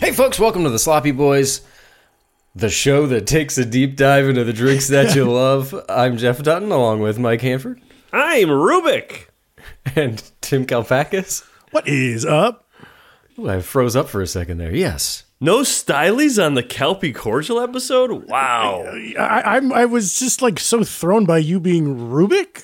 Hey, folks, welcome to the Sloppy Boys, the show that takes a deep dive into the drinks that you love. I'm Jeff Dutton, along with Mike Hanford I'm Rubik. and Tim Kalpakis. What is up? Ooh, I froze up for a second there. Yes. No stylies on the Kelpie Cordial episode? Wow. I, I'm I was just like so thrown by you being Rubik.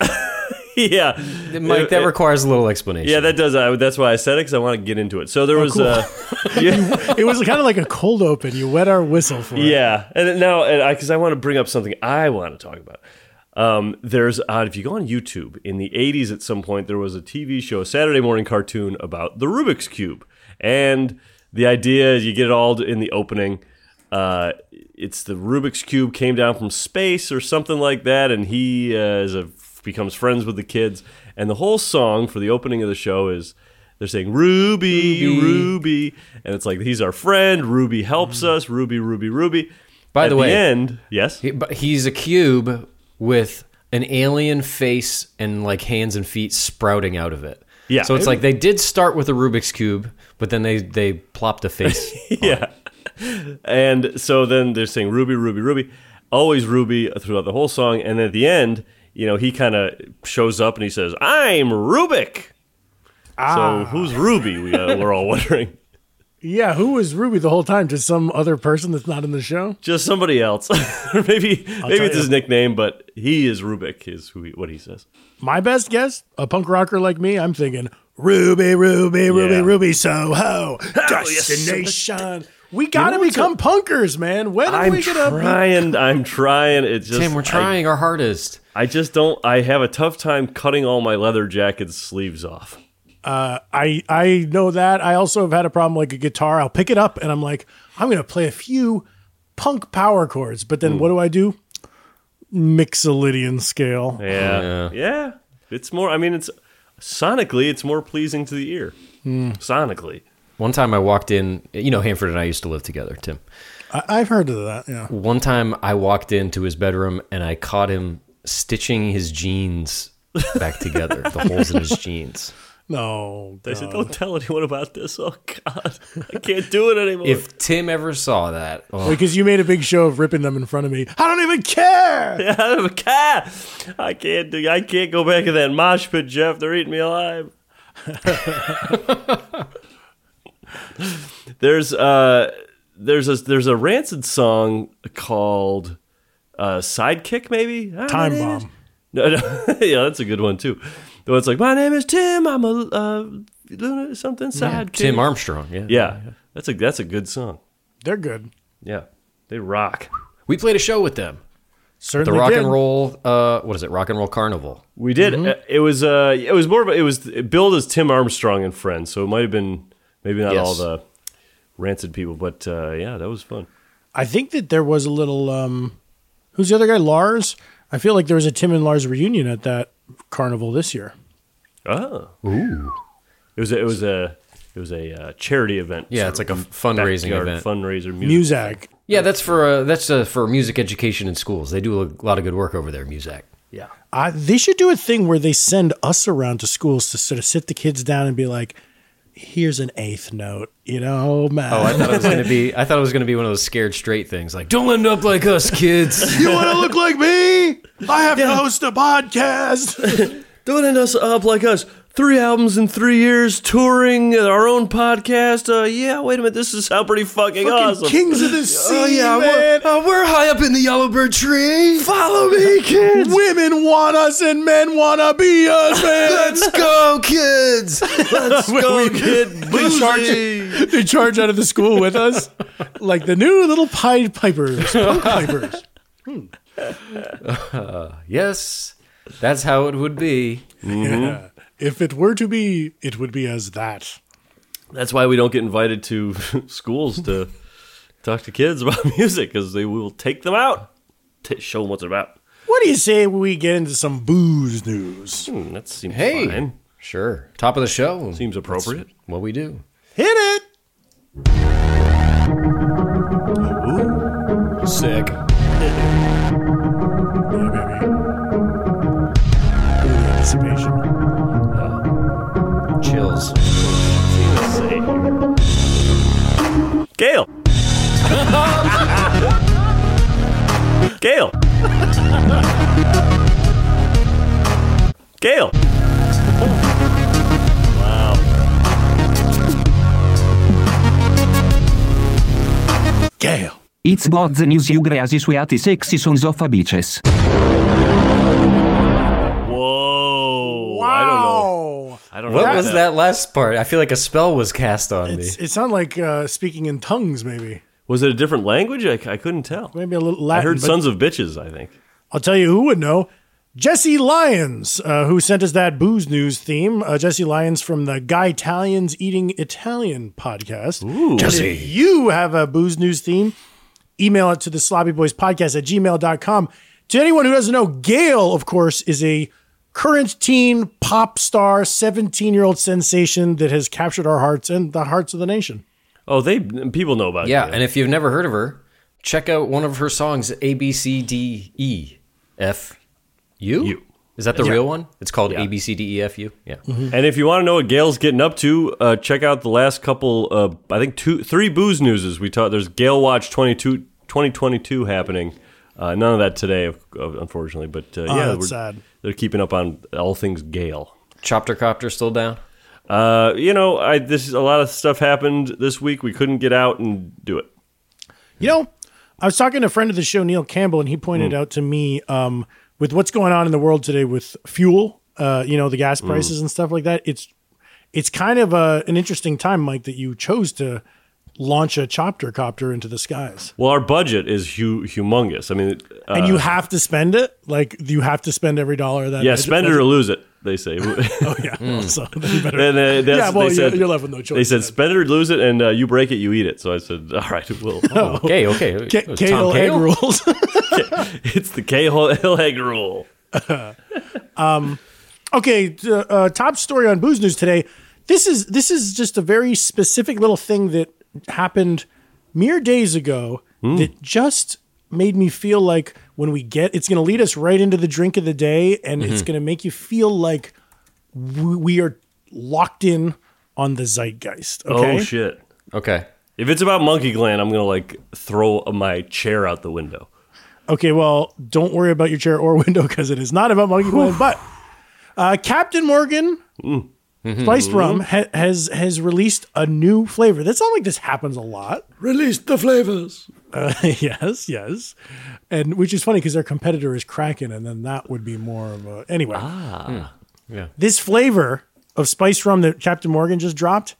yeah. Mike, that requires a little explanation. Yeah, that does. I, that's why I said it because I want to get into it. So there was uh, yeah, It was kind of like a cold open. You wet our whistle for it. yeah, and then now and I because I want to bring up something I want to talk about. Um, there's uh, if you go on YouTube in the 80s at some point there was a TV show, a Saturday morning cartoon about the Rubik's cube, and the idea is you get it all in the opening. Uh, it's the Rubik's cube came down from space or something like that, and he uh, is a, becomes friends with the kids. And the whole song for the opening of the show is they're saying Ruby, Ruby, and it's like he's our friend. Ruby helps us. Ruby, Ruby, Ruby. By At the way- end yes, He- but he's a cube with an alien face and like hands and feet sprouting out of it. Yeah. So it's like they did start with a Rubik's cube, but then they they plopped a face. yeah. And so then they're saying Ruby, Ruby, Ruby, always Ruby throughout the whole song. And at the end, you know, he kind of shows up and he says, "I'm Rubik." So who's Ruby? We, uh, we're all wondering. Yeah, who was Ruby the whole time? Just some other person that's not in the show? Just somebody else, or maybe maybe tell it's you. his nickname, but he is Rubik. Is who he, what he says. My best guess, a punk rocker like me, I'm thinking Ruby, Ruby, Ruby, Yeah. Ruby, Soho, destination. We gotta become punkers, man. When are I'm we gonna? be- trying. I'm trying. It's just Tim, we're I- trying our hardest. I just don't. I have a tough time cutting all my leather jacket's sleeves off. I I know that. I also have had a problem like a guitar. I'll pick it up and I'm like, I'm gonna play a few punk power chords, but Hmm. then what do I do? Mixolydian scale. Yeah. yeah. It's more I mean it's sonically it's more pleasing to the ear. Sonically. One time I walked in, you know, Hanford and I used to live together, Tim. I, I've heard of that. Yeah. One time I walked into his bedroom and I caught him stitching his jeans back together, the holes in his jeans. No. They said don't tell anyone about this. Oh god. I can't do it anymore. If Tim ever saw that, oh, Because you made a big show of ripping them in front of me. I don't even care. I don't have a car. I can't do I can't go back in that mosh pit, Jeff. They're eating me alive. there's uh there's a there's a rancid song called uh Sidekick maybe? Ah, I don't Time know. bomb. No, no. yeah, that's a good one too. The one's like, "My name is Tim. I'm a uh, Luna something side Tim Armstrong, yeah. Yeah, that's a that's a good song. They're good. Yeah, they rock. We played a show with them. The Certainly Rock did. and Roll, uh, what is it? Rock and Roll Carnival. We did. Mm-hmm. Uh, it was uh, it was more of a, it was billed as Tim Armstrong and Friends, so it might have been maybe not Yes. all the rancid people, but uh, yeah, that was fun. I think that there was a little. um Who's the other guy? Lars. I feel like there was a Tim and Lars reunion at that carnival this year. Oh, ooh, it was a, it was a it was a uh, charity event. Yeah, sort it's of like a fundraising backyard event. fundraiser music. Muzak. Yeah, that's for uh, that's uh, for music education in schools. They do a lot of good work over there, Muzak. Yeah, I, they should do a thing where they send us around to schools to sort of sit the kids down and be like, here's an eighth note, you know, man. Oh, I thought it was gonna be. I thought it was gonna be one of those scared straight things, like "Don't end up like us, kids. you want to look like me? I have to host a podcast. Don't end us up like us. Three albums in three years, touring uh, our own podcast. Uh, yeah, wait a minute, this is how pretty fucking, awesome. Kings of the sea, oh yeah, man. we're, uh, we're high up in the yellowbird tree. Follow me, kids. Women want us and men want to be us, man. Let's go, kids. Let's go, kid. They charge, they charge out of the school with us, like the new little Pied Pipers, Punk Pipers. Yes, that's how it would be. Yeah. If it were to be, it would be as that. That's why we don't get invited to schools to talk to kids about music because they will take them out, t- show them what they're about. What do you say we get into some booze news? Hmm, that seems Hey, fine. sure. Top of the show. Seems appropriate. what we do. Hit it! Sick. Yeah, baby. Ooh, anticipation. Chills. Gail. Gail. Gail. Gail. It's both the news you grazi suiati sexy sons of a bitches. Whoa. I don't know. I don't know. What was that last part? I feel like a spell was cast on It's, me. it sounded like uh, speaking in tongues, maybe. Was it a different language? I, I couldn't tell. Maybe a little I Latin. heard but Sons of Bitches, I think. I'll tell you who would know. Jesse Lyons, uh, who sent us that booze news theme. Uh, Jesse Lyons from the Guy Italians Eating Italian podcast. Jesse. If you have a booze news theme, email it to the sloppy boys podcast at gmail.com. To anyone who doesn't know, Gail, of course, is a current teen pop star, 17 year old sensation that has captured our hearts and the hearts of the nation. Oh, they people know about Yeah, Gail. and if you've never heard of her, check out one of her songs A B C D E F U. U. Is that the real one? It's called Yeah. A B C D E F U. Yeah. Mm. And if you want to know what Gail's getting up to, uh, check out the last couple. Uh, I think two, three booze newses we taught. There's Gale Watch 22, 2022 happening. Uh, none of that today, of- of- unfortunately. But uh, yeah, Oh, that's we're- sad. They're keeping up on all things Gale. Chopter copter still down. Uh, you know, I this is a lot of stuff happened this week. We couldn't get out and do it. You know, I was talking to a friend of the show, Neil Campbell, and he pointed Mm. out to me um, with what's going on in the world today with fuel, uh, you know, the gas Mm. prices and stuff like that. It's it's kind of a, an interesting time, Mike, that you chose to launch a chopter copter into the skies, Well, our budget is hu- humongous. I mean, uh, and you have to spend it. Like you have to spend every dollar of that. yeah, budget- spend it or Mm. lose it. They say. Oh yeah, so you better- And uh, that's, yeah, well, they you're, said, you're left with no choice. They said, spend it or lose it, and uh, you break it, you eat it. So I said, all right, we'll. Oh. Okay, okay. Ca- It was Cato Tom egg Cato? rules. It's the Cahill egg rule. Okay, t- uh, top story on booze news today. This is this is just a very specific little thing that happened mere days ago that just made me feel like when we get it's going to lead us right into the drink of the day and it's going to make you feel like we, we are locked in on the zeitgeist. Okay? Oh shit! Okay. If it's about monkey gland, I'm gonna like throw my chair out the window. Okay, well, don't worry about your chair or window because it is not about Monkey Glen. But uh, Captain Morgan Mm-hmm. Spiced Rum ha- has has released a new flavor. That's not like this happens a lot. Uh, Release the flavors. yes, yes, and which is funny because their competitor is Kraken, and then that would be more of a anyway. Ah, Yeah. This flavor of spiced rum that Captain Morgan just dropped,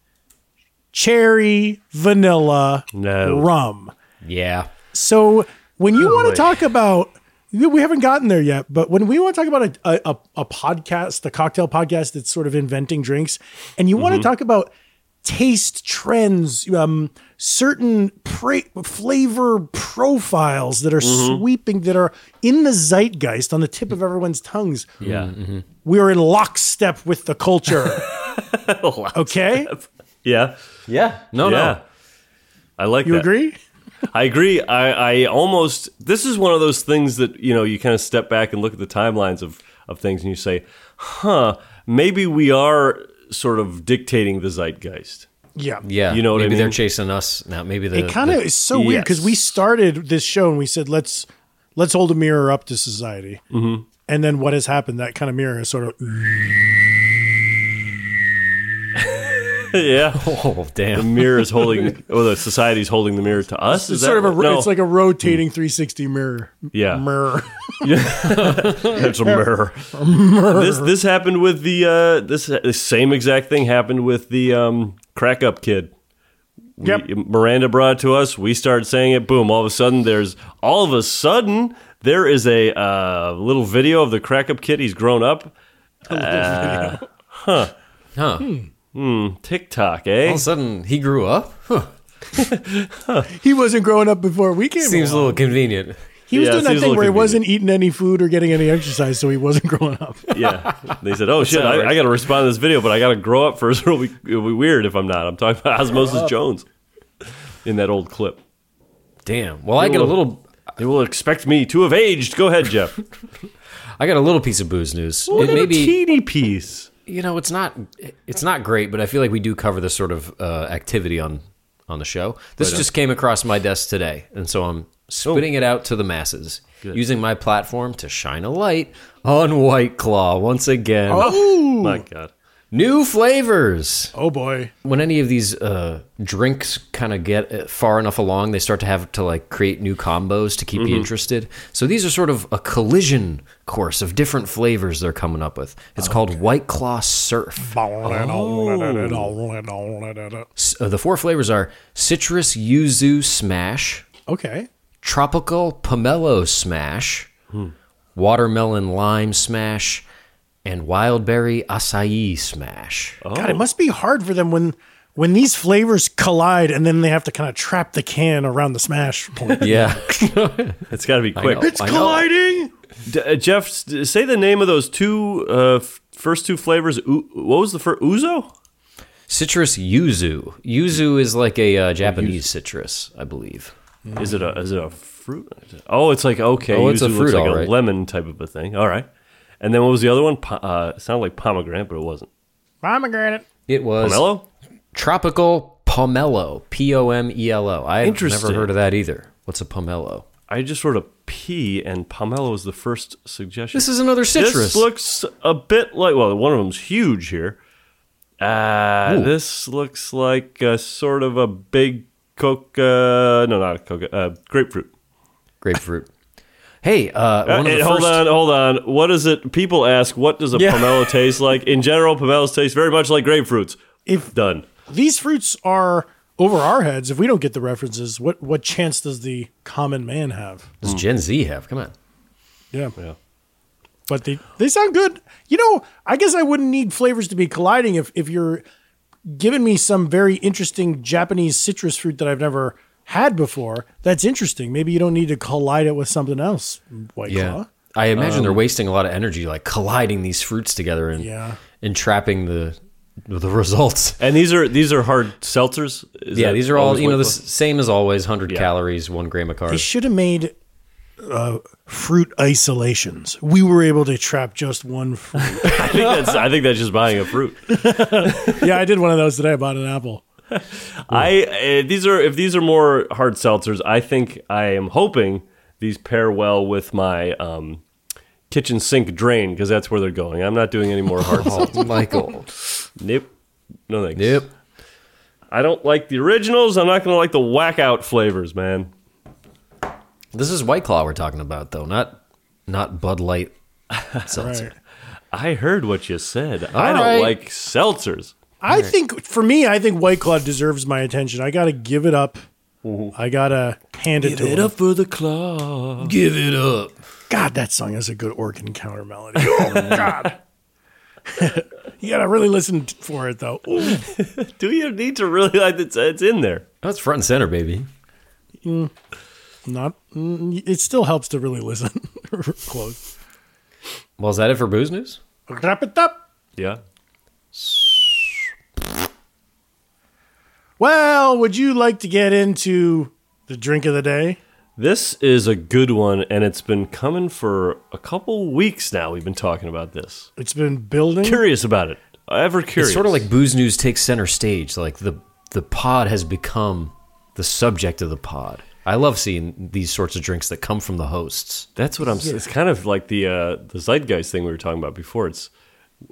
cherry vanilla No. rum. Yeah. So when you want to talk about, we haven't gotten there yet, but when we want to talk about a, a, a podcast, a cocktail podcast that's sort of inventing drinks, and you want to talk about taste trends, um, certain pra- flavor profiles that are sweeping, that are in the zeitgeist on the tip of everyone's tongues, Yeah. we are in lockstep with the culture. okay? Yeah. Yeah. No, yeah. no. I like Oh, You that. agree? I agree. I, I almost this is one of those things that you know you kind of step back and look at the timelines of of things and you say, huh, maybe we are sort of dictating the zeitgeist. Yeah. Yeah, You know what I maybe they're mean? chasing us now. Maybe the It kind of the- is so weird because we Yes. started this show and we said let's let's hold a mirror up to society, Mm-hmm. and then what has happened? That kind of mirror is sort of yeah. oh The damn. mirror is holding, or the society's holding the mirror to us. Is it's that sort of a what- no. it's like a rotating 360 mirror. Yeah. mirror. It's a mirror. This this happened with the uh, this the same exact thing happened with the um, crack up kid. We- Yep. Miranda brought it to us. We started saying it. Boom! All of a sudden, there's all of a sudden there is a uh, little video of the crack up kid. He's grown up. Uh, Huh. TikTok, eh? All of a sudden, he grew up. Huh. he wasn't growing up before we came. Seems a along. little convenient. he was Yeah, doing that seems a thing little where he convenient. wasn't eating any food or getting any exercise, so he wasn't growing up. yeah. They said, "Oh shit, I, I got to respond to this video, but I got to grow up first. It'll be, it'll be weird if I'm not." I'm talking about Osmosis Jones in that old clip. Damn. Well, I get a little. They will expect me to have aged. Go ahead, Jeff. I got a little piece of booze news. It may be- teeny piece. you know it's not it's not great but i feel like we do cover this sort of uh, activity on on the show this just came across my desk today and so i'm spitting it out to the masses using my platform to shine a light on white claw once again My God. new flavors Oh boy, when any of these uh, drinks kind of get uh, far enough along, they start to have to like create new combos to keep you interested. So these are sort of a collision course of different flavors they're coming up with. It's called White Claw Surf. Oh. S- uh, the four flavors are citrus yuzu smash, okay, tropical pomelo smash, watermelon lime smash, and wild berry acai smash. Oh, God, it must be hard for them when when these flavors collide, and then they have to kind of trap the can around the smash point. Yeah. It's got to be quick. know, It's I know. colliding! D- uh, Jeff, s- d- say the name of those two uh, f- first two flavors. U- what was the first? Uzo? Citrus yuzu. Yuzu is like a uh, Japanese citrus, I believe. Is it a is it a fruit? Oh, it's like okay. Mm-hmm. Oh, it's a usually looks fruit, like all a right. lemon type of a thing. All right. And then what was the other one? Po- uh, sounded like pomegranate, but it wasn't. Pomegranate. It was Pomelo? tropical pomelo. P O M E L O. I've never Interesting. heard of that either. What's a pomelo? I just wrote a P, and pomelo was the first suggestion. This is another citrus. This looks a bit like well, one of them's huge here. Uh, this looks like a sort of a big coca. No, not a coca. Uh, grapefruit. Grapefruit. Hey, uh, one of Uh, the hey, Hold first- on, hold on. What is it? People ask, what does a pomelo taste like? In general, pomelos taste very much like grapefruits. If- done, These fruits are over our heads. If we don't get the references, what what chance does the common man have? Does Gen Z have? Come on. Yeah. But they they sound good. You know, I guess I wouldn't need flavors to be colliding if if you're giving me some very interesting Japanese citrus fruit that I've never had before. That's interesting. Maybe you don't need to collide it with something else. White claw. I imagine Um, they're wasting a lot of energy, like colliding these fruits together and Yeah. and trapping the the results. and these are these are hard seltzers. Is yeah, that these are all always you know what- the s- same as always. Hundred calories, one gram of They carbs. should have made uh, fruit isolations. We were able to trap just one fruit. I think that's I think that's just buying a fruit. yeah, I did one of those today. I bought an apple. I uh, these are if these are more hard seltzers, I think I am hoping these pair well with my um, kitchen sink drain because that's where they're going. I'm not doing any more hard. seltzers. Oh, Michael. Nope, no thanks. Yep. I don't like the originals. I'm not gonna like the whack out flavors, man. This is White Claw we're talking about, though, not not Bud Light seltzer. Right. I heard what you said. I don't right. like seltzers. I think for me, I think White Claw deserves my attention. I gotta give it up. I gotta hand Mm-hmm. it to him. for the claw. Give it up. God, that song has a good organ counter melody. Oh God. you gotta really listen t- for it though. Ooh. Do you need to really like it's, it's in there? That's Oh, front and center, baby. Not mm, it still helps to really listen close. Well, is that it for booze news? Wrap it up. Yeah. Well, would you like to get into the drink of the day? This is a good one, and it's been coming for a couple weeks now. We've been talking about this. It's been building. Curious about it. Ever curious. It's sort of like booze news takes center stage. Like the the pod has become the subject of the pod. I love seeing these sorts of drinks that come from the hosts. That's what I'm. s It's kind of like the uh, the zeitgeist thing we were talking about before. It's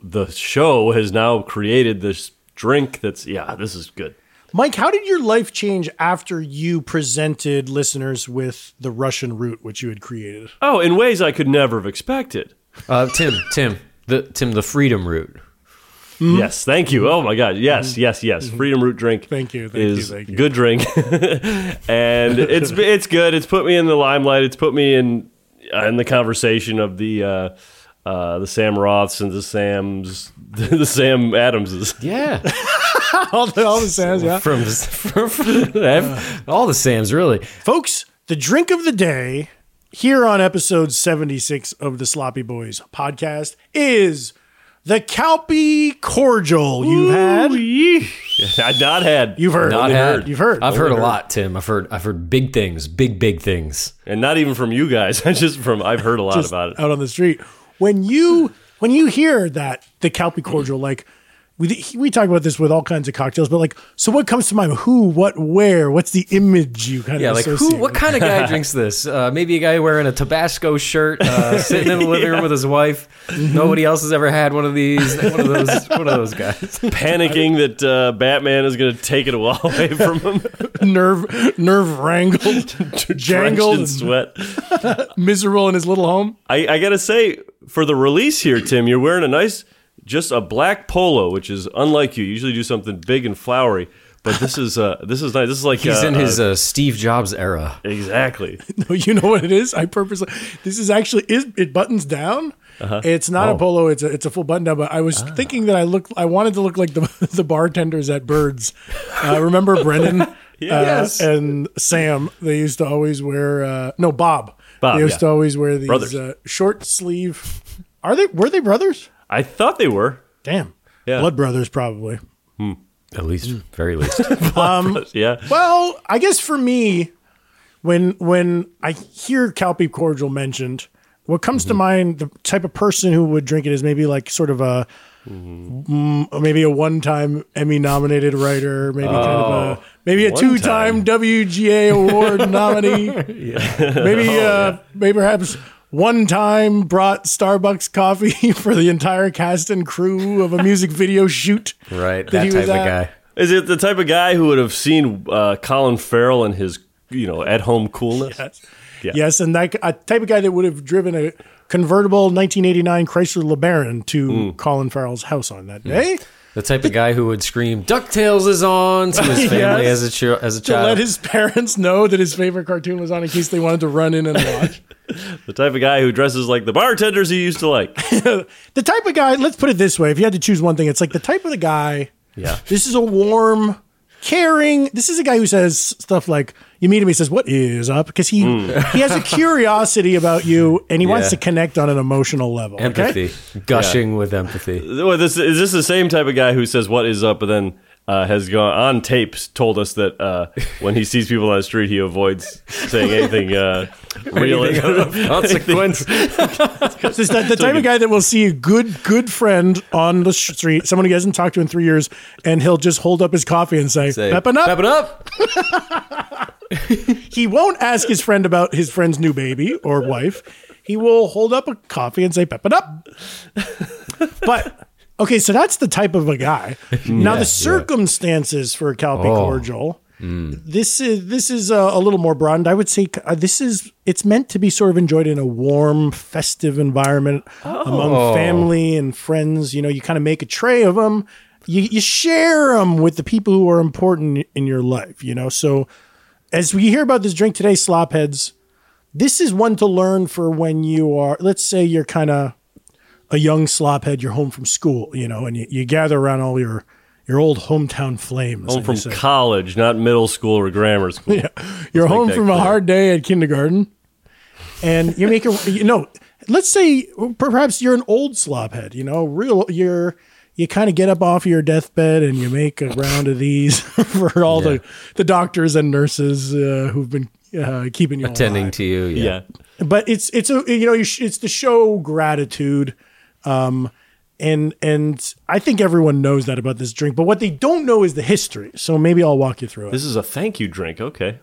the show has now created this drink that's yeah, this is good. Mike, how did your life change after you presented listeners with the Russian root, which you had created? Oh, in ways I could never have expected. Uh, Tim, Tim, the Tim, the freedom route. Hmm? Yes, thank you. Oh my God, yes, yes, yes. Freedom Root drink. Mm-hmm. Thank you, thank you, is thank you. good drink, and it's it's good. It's put me in the limelight. It's put me in uh, in the conversation of the uh, uh, the Sam Roths and the Sam's the Sam Adamses. Yeah, all the, all the sounds, yeah. from, from, from ev- all the Sams, really. Folks, the drink of the day here on episode 76 of the Sloppy Boys podcast is the Calpy Cordial. You've had, I not had you've heard, Not You've had. You've heard. I've heard a lot, Tim. I've heard. I've heard big things. Big big things. and not even from you guys. I just from I've heard a lot just about it. out on the street. When you when you hear that the Calpy cordial, like we we talk about this with all kinds of cocktails, but like, so what comes to mind? Who, what, where? What's the image you kind Yeah, of like who? associate What with? kind of guy drinks this? Uh, maybe a guy wearing a Tabasco shirt, uh, sitting in the living room with his wife. Nobody else has ever had one of these. One of those. One of those guys. Panicking that uh, Batman is going to take it all away from him, nerve nerve wrangled, drenched jangled, in and sweat. miserable in his little home? I, I gotta say, for the release here, Tim, you're wearing a nice, just a black polo, which is unlike you. You usually do something big and flowery, but this is uh, this is nice. This is like He's uh, in his uh, uh, Steve Jobs era. exactly. No, you know what it is. I purposely this is actually is it buttons down. Uh-huh. It's not Oh. a polo. It's a it's a full button down. But I was Ah. thinking that I look I wanted to look like the the bartenders at Birds. Uh, remember Brendan? Yes. Uh, and Sam, they used to always wear uh, no Bob. Bob, they used yeah. to always wear these Brothers. uh, short sleeve. Are they were they brothers? I thought they were. Damn, Yeah. blood brothers probably. At least, very least. Yeah, Well, I guess for me, when when I hear Calpe cordial mentioned, what comes Mm-hmm. to mind, the type of person who would drink it is maybe like sort of a Mm-hmm. mm, maybe a one-time Emmy-nominated writer, maybe kind of Oh, a maybe a two-time one-time. WGA award nominee, maybe Oh, uh, maybe perhaps. One time brought Starbucks coffee for the entire cast and crew of a music video shoot. Right, he that uh, was type of at. guy. is it the type of guy who would have seen uh, Colin Farrell and his you know at home coolness? Yeah. Yes, and that a type of guy that would have driven a convertible 1989 Chrysler LeBaron to Colin Farrell's house on that day The type of guy who would scream "Ducktales is on" to his family Yes. as a chi- as a to child. let his parents know that his favorite cartoon was on in case they wanted to run in and watch. The type of guy who dresses like the bartenders he used to like. the type of guy, let's put it this way, if you had to choose one thing, it's like the type of the guy. Yeah. This is a warm, caring. This is a guy who says stuff like you meet him he says what is up because he he has a curiosity about you and he wants Yeah. to connect on an emotional level. okay? empathy, gushing with empathy. Well, this is this the same type of guy who says what is up, but then uh, has gone on tapes told us that uh, when he sees people on the street, he avoids saying anything uh, real. Consequence. It's that the type of guy that will see a good good friend on the sh- street, someone he hasn't talked to in three years, and he'll just hold up his coffee and say, Say, "Peppin' up." Peppin' up. He won't ask his friend about his friend's new baby or wife. He will hold up a coffee and say, "Peppin' up." but okay, so that's the type of a guy. now the circumstances for Calpe cordial. This is this is uh, a, a little more broadened. I would say uh, this is it's meant to be sort of enjoyed in a warm, festive environment Oh. among family and friends. You know, you kind of make a tray of them. You you share them with the people who are important in your life. You know, so as we hear about this drink today, slopheads, this is one to learn for when you are. Let's say you're kind of a young slophead. You're home from school, you know, and you, you gather around all your your old hometown flames. Home and from you say- college, not middle school or grammar school. you're home that from a clear. hard day at kindergarten, and you make a you know. Let's say perhaps you're an old slobhead. You know, real you're you kind of get up off your deathbed and you make a round of these for all the the doctors and nurses uh, who've been uh, keeping you Tending alive. to you. Yeah. Yeah. But it's it's a you know you sh- it's the show gratitude. Um, and and I think everyone knows that about this drink, but what they don't know is the history. So maybe I'll walk you through it. This is a thank you drink. Okay.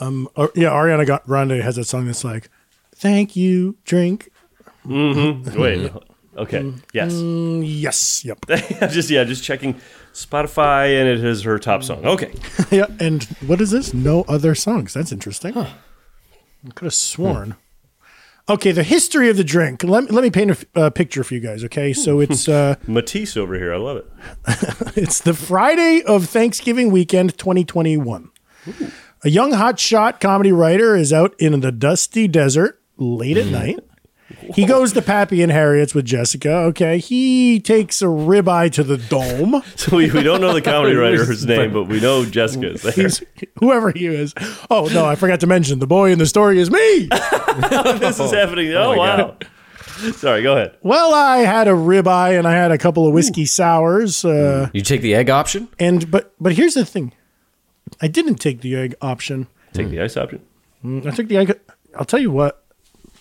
Or- yeah, Ariana Ga- Grande has that song that's like, "Thank you, drink." Wait. Okay. Yes. Yes, yep, just yeah. Just checking Spotify, and it is her top song. Okay. yeah. And what is this? No other songs. That's interesting. I could have sworn. Okay, the history of the drink. Let, let me paint a f- uh, picture for you guys. Okay, so it's uh, Matisse over here. I love it. It's the Friday of Thanksgiving weekend 2021. A young hotshot comedy writer is out in the dusty desert late at night. He goes to Pappy and Harriet's with Jessica. Okay. He takes a ribeye to the dome, So we, we don't know the comedy writer's name, but we know Jessica is there. whoever he is. Oh, no, I forgot to mention the boy in the story is me. this is happening. Oh, my wow. Sorry. Go ahead. well, I had a ribeye and I had a couple of whiskey sours. Uh, You take the egg option. and, but, but here's the thing I didn't take the egg option. Take the ice option. I took the. Ig- I'll tell you what.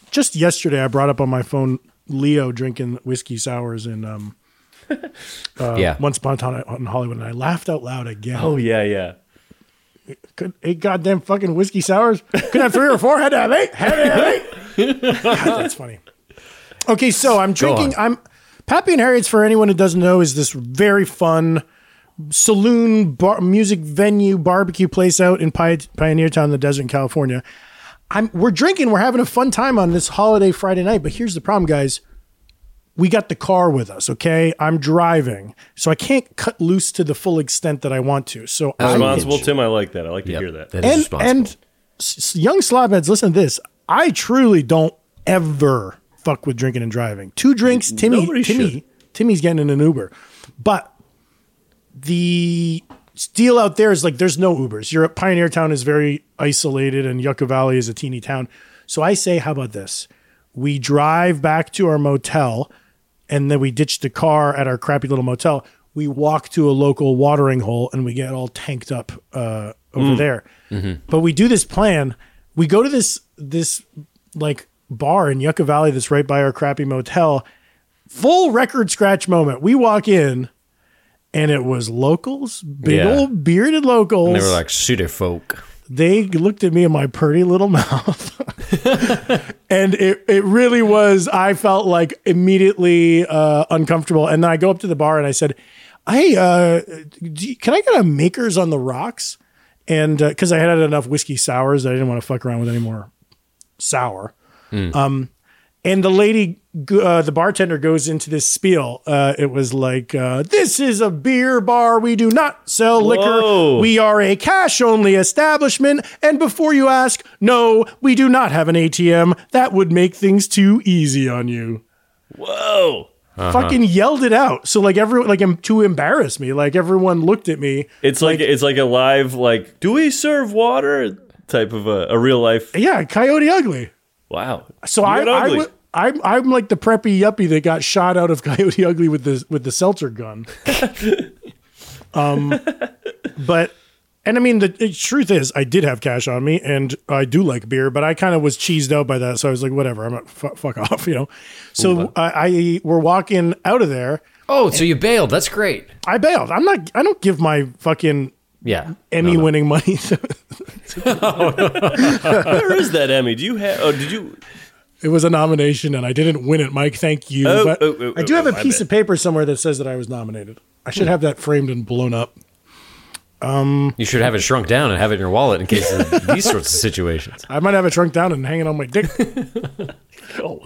Just yesterday, I brought up on my phone Leo drinking whiskey sours in um, Uh, yeah. Once Upon a Time in Hollywood, and I laughed out loud again. Oh yeah, yeah. Could eight goddamn fucking whiskey sours? Could have three or four. Had to have eight. Had to have eight. God, that's funny. Okay, so I'm drinking. I'm Pappy and Harriet's. For anyone who doesn't know, is this very fun saloon bar, music venue barbecue place out in Pi- Pioneer Town, in the desert in California. I'm we're drinking. We're having a fun time on this holiday Friday night. But here's the problem, guys. We got the car with us, okay? I'm driving, so I can't cut loose to the full extent that I want to. So I'm Responsible Tim. I like that. I like to Yep, hear that. that is and responsible. and s- s- young slobheads, listen to this. I truly don't ever fuck with drinking and driving. Two drinks, Timmy, Nobody Timmy, should. Timmy's getting in an Uber, but the deal out there is like there's no Ubers. You're at Pioneer Town is very isolated, and Yucca Valley is a teeny town. So I say, how about this? We drive back to our motel, and then we ditch the car at our crappy little motel. We walk to a local watering hole, and we get all tanked up uh, over there. But we do this plan. We go to this this like bar in Yucca Valley that's right by our crappy motel. Full record scratch moment. We walk in and it was locals, big Yeah. old bearded locals. And they were like pseudo folk. They looked at me in my pretty little mouth. and it, it really was, I felt like immediately uh, uncomfortable. And then I go up to the bar and I said, Hey, uh, do you- can I get a Makers on the Rocks? And because I had had enough whiskey sours that I didn't want to fuck around with any more sour. And the lady, g- uh, the bartender goes into this spiel. Uh, it was like, uh, This is a beer bar. We do not sell Whoa. liquor. We are a cash only establishment. And before you ask, no, we do not have an ATM. That would make things too easy on you. Whoa. Fucking yelled it out. So, like, everyone, like, em- to embarrass me, like, everyone looked at me. It's like, it's like a live like do we serve water type of a, a real life. Yeah, Coyote Ugly. Wow. So You I, got I ugly. w- I'm, I'm like the preppy yuppie that got shot out of Coyote Ugly with the with the seltzer gun. um, but and I mean the, the truth is I did have cash on me and I do like beer, but I kind of was cheesed out by that, so I was like, whatever, I'm not fu- fuck off, you know. So I, I we're walking out of there. Oh, so you bailed. That's great. I bailed. I'm not. I don't give my fucking Yeah. Emmy winning money. to- Where is that Emmy? Do you have? Oh, did you? it was a nomination and I didn't win it, Mike. Thank you. Oh, but oh, oh, I do oh, have a my piece bad. of paper somewhere that says that I was nominated. I should have that framed and blown up. You should have it shrunk down and have it in your wallet in case of these sorts of situations. I might have it shrunk down and hanging on my dick. oh.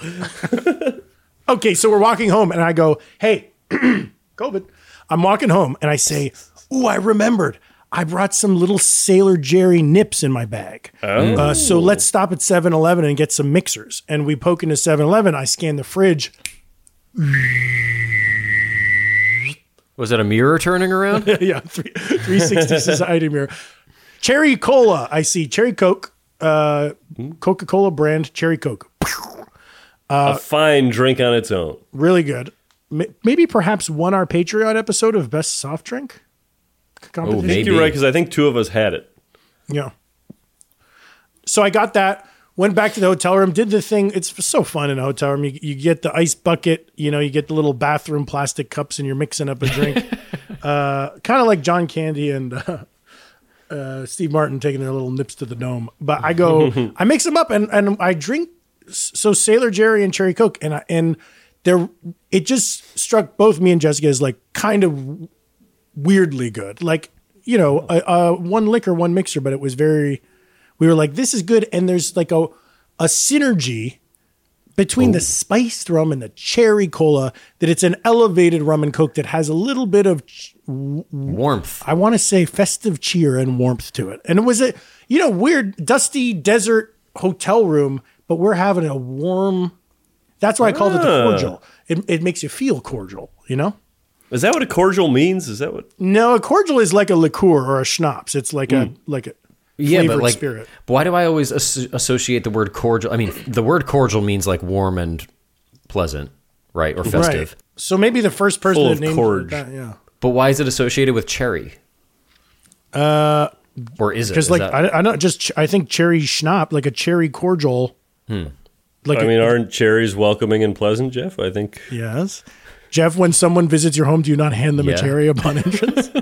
okay, so we're walking home and I go, hey, COVID. I'm walking home and I say, ooh, I remembered. I brought some little Sailor Jerry nips in my bag. Oh. Uh, so let's stop at 7 Eleven and get some mixers. And we poke into 7 Eleven. I scan the fridge. Was that a mirror turning around? yeah, three, 360 Society Mirror. Cherry Cola, I see. Cherry Coke, uh, Coca Cola brand, Cherry Coke. a fine drink on its own. Really good. M- Maybe perhaps won our Patreon episode of Best Soft Drink competition. maybe. You're right because I think two of us had it. Yeah. So I got that. Went back to the hotel room, did the thing. It's so fun in a hotel room. You, you get the ice bucket, you know, you get the little bathroom plastic cups, and you're mixing up a drink. uh, kind of like John Candy and uh, uh, Steve Martin taking their little nips to the dome. But I go, I mix them up, and and I drink. So Sailor Jerry and Cherry Coke, and I, and there, it just struck both me and Jessica as like kind of weirdly good. Like, you know, uh, uh, one liquor, one mixer, but it was very, we were like, this is good. And there's like a, a synergy between the spiced rum and the cherry cola that it's an elevated rum and coke that has a little bit of, ch- Warmth. I want to say festive cheer and warmth to it. And it was a, you know, weird, dusty desert hotel room, but we're having a warm, that's why I called it the cordial. It, it makes you feel cordial, you know? Is that what a cordial means? Is that what? No, a cordial is like a liqueur or a schnapps. It's like a like a Mm. Yeah, flavored but like, spirit. why do I always as- associate the word cordial? I mean, the word cordial means like warm and pleasant, right, or festive. Right. So maybe the first person Full that of named corge. that, yeah. But why is it associated with cherry? Uh, or is it? Because Is like that- I, I don't just ch- I think cherry schnapp like a cherry cordial. Hmm. Like I a- mean, aren't cherries welcoming and pleasant, Jeff? I think yes, Jeff. When someone visits your home, do you not hand them Yeah. a cherry upon entrance?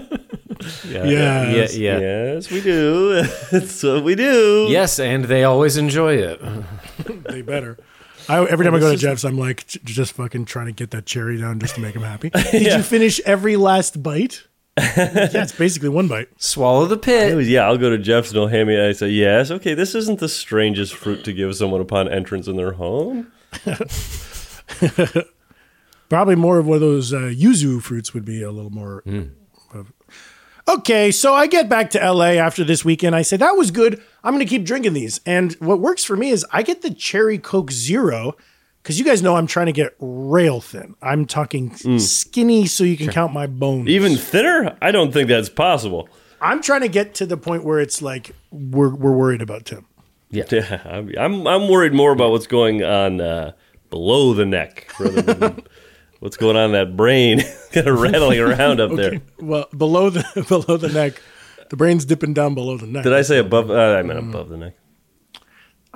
yeah, yes. yeah. Yes, we do. That's what we do. Yes, and they always enjoy it. they better. I, every time I go to Jeff's, I'm like j- just fucking trying to get that cherry down just to make him happy. Did you finish every last bite? yeah, it's basically one bite. Swallow the It pit. was, yeah, I'll go to Jeff's and he'll hand me. I say, yes, okay. This isn't the strangest fruit to give someone upon entrance in their home. Probably more of one of those uh, yuzu fruits would be a little more. Hmm. of- Okay, so I get back to LA after this weekend. I say that was good. I'm going to keep drinking these. And what works for me is I get the cherry Coke Zero because you guys know I'm trying to get rail thin. I'm talking skinny so you can count my bones. Hmm. Even thinner? I don't think that's possible. I'm trying to get to the point where it's like we're we're worried about Tim. Yeah, I'm I'm, I'm worried more about what's going on uh, below the neck rather than what's going on in that brain kind of rattling around up there. Well, below the below the neck, the brain's dipping down below the neck. Did I say above? Uh, I meant Mm. above the neck.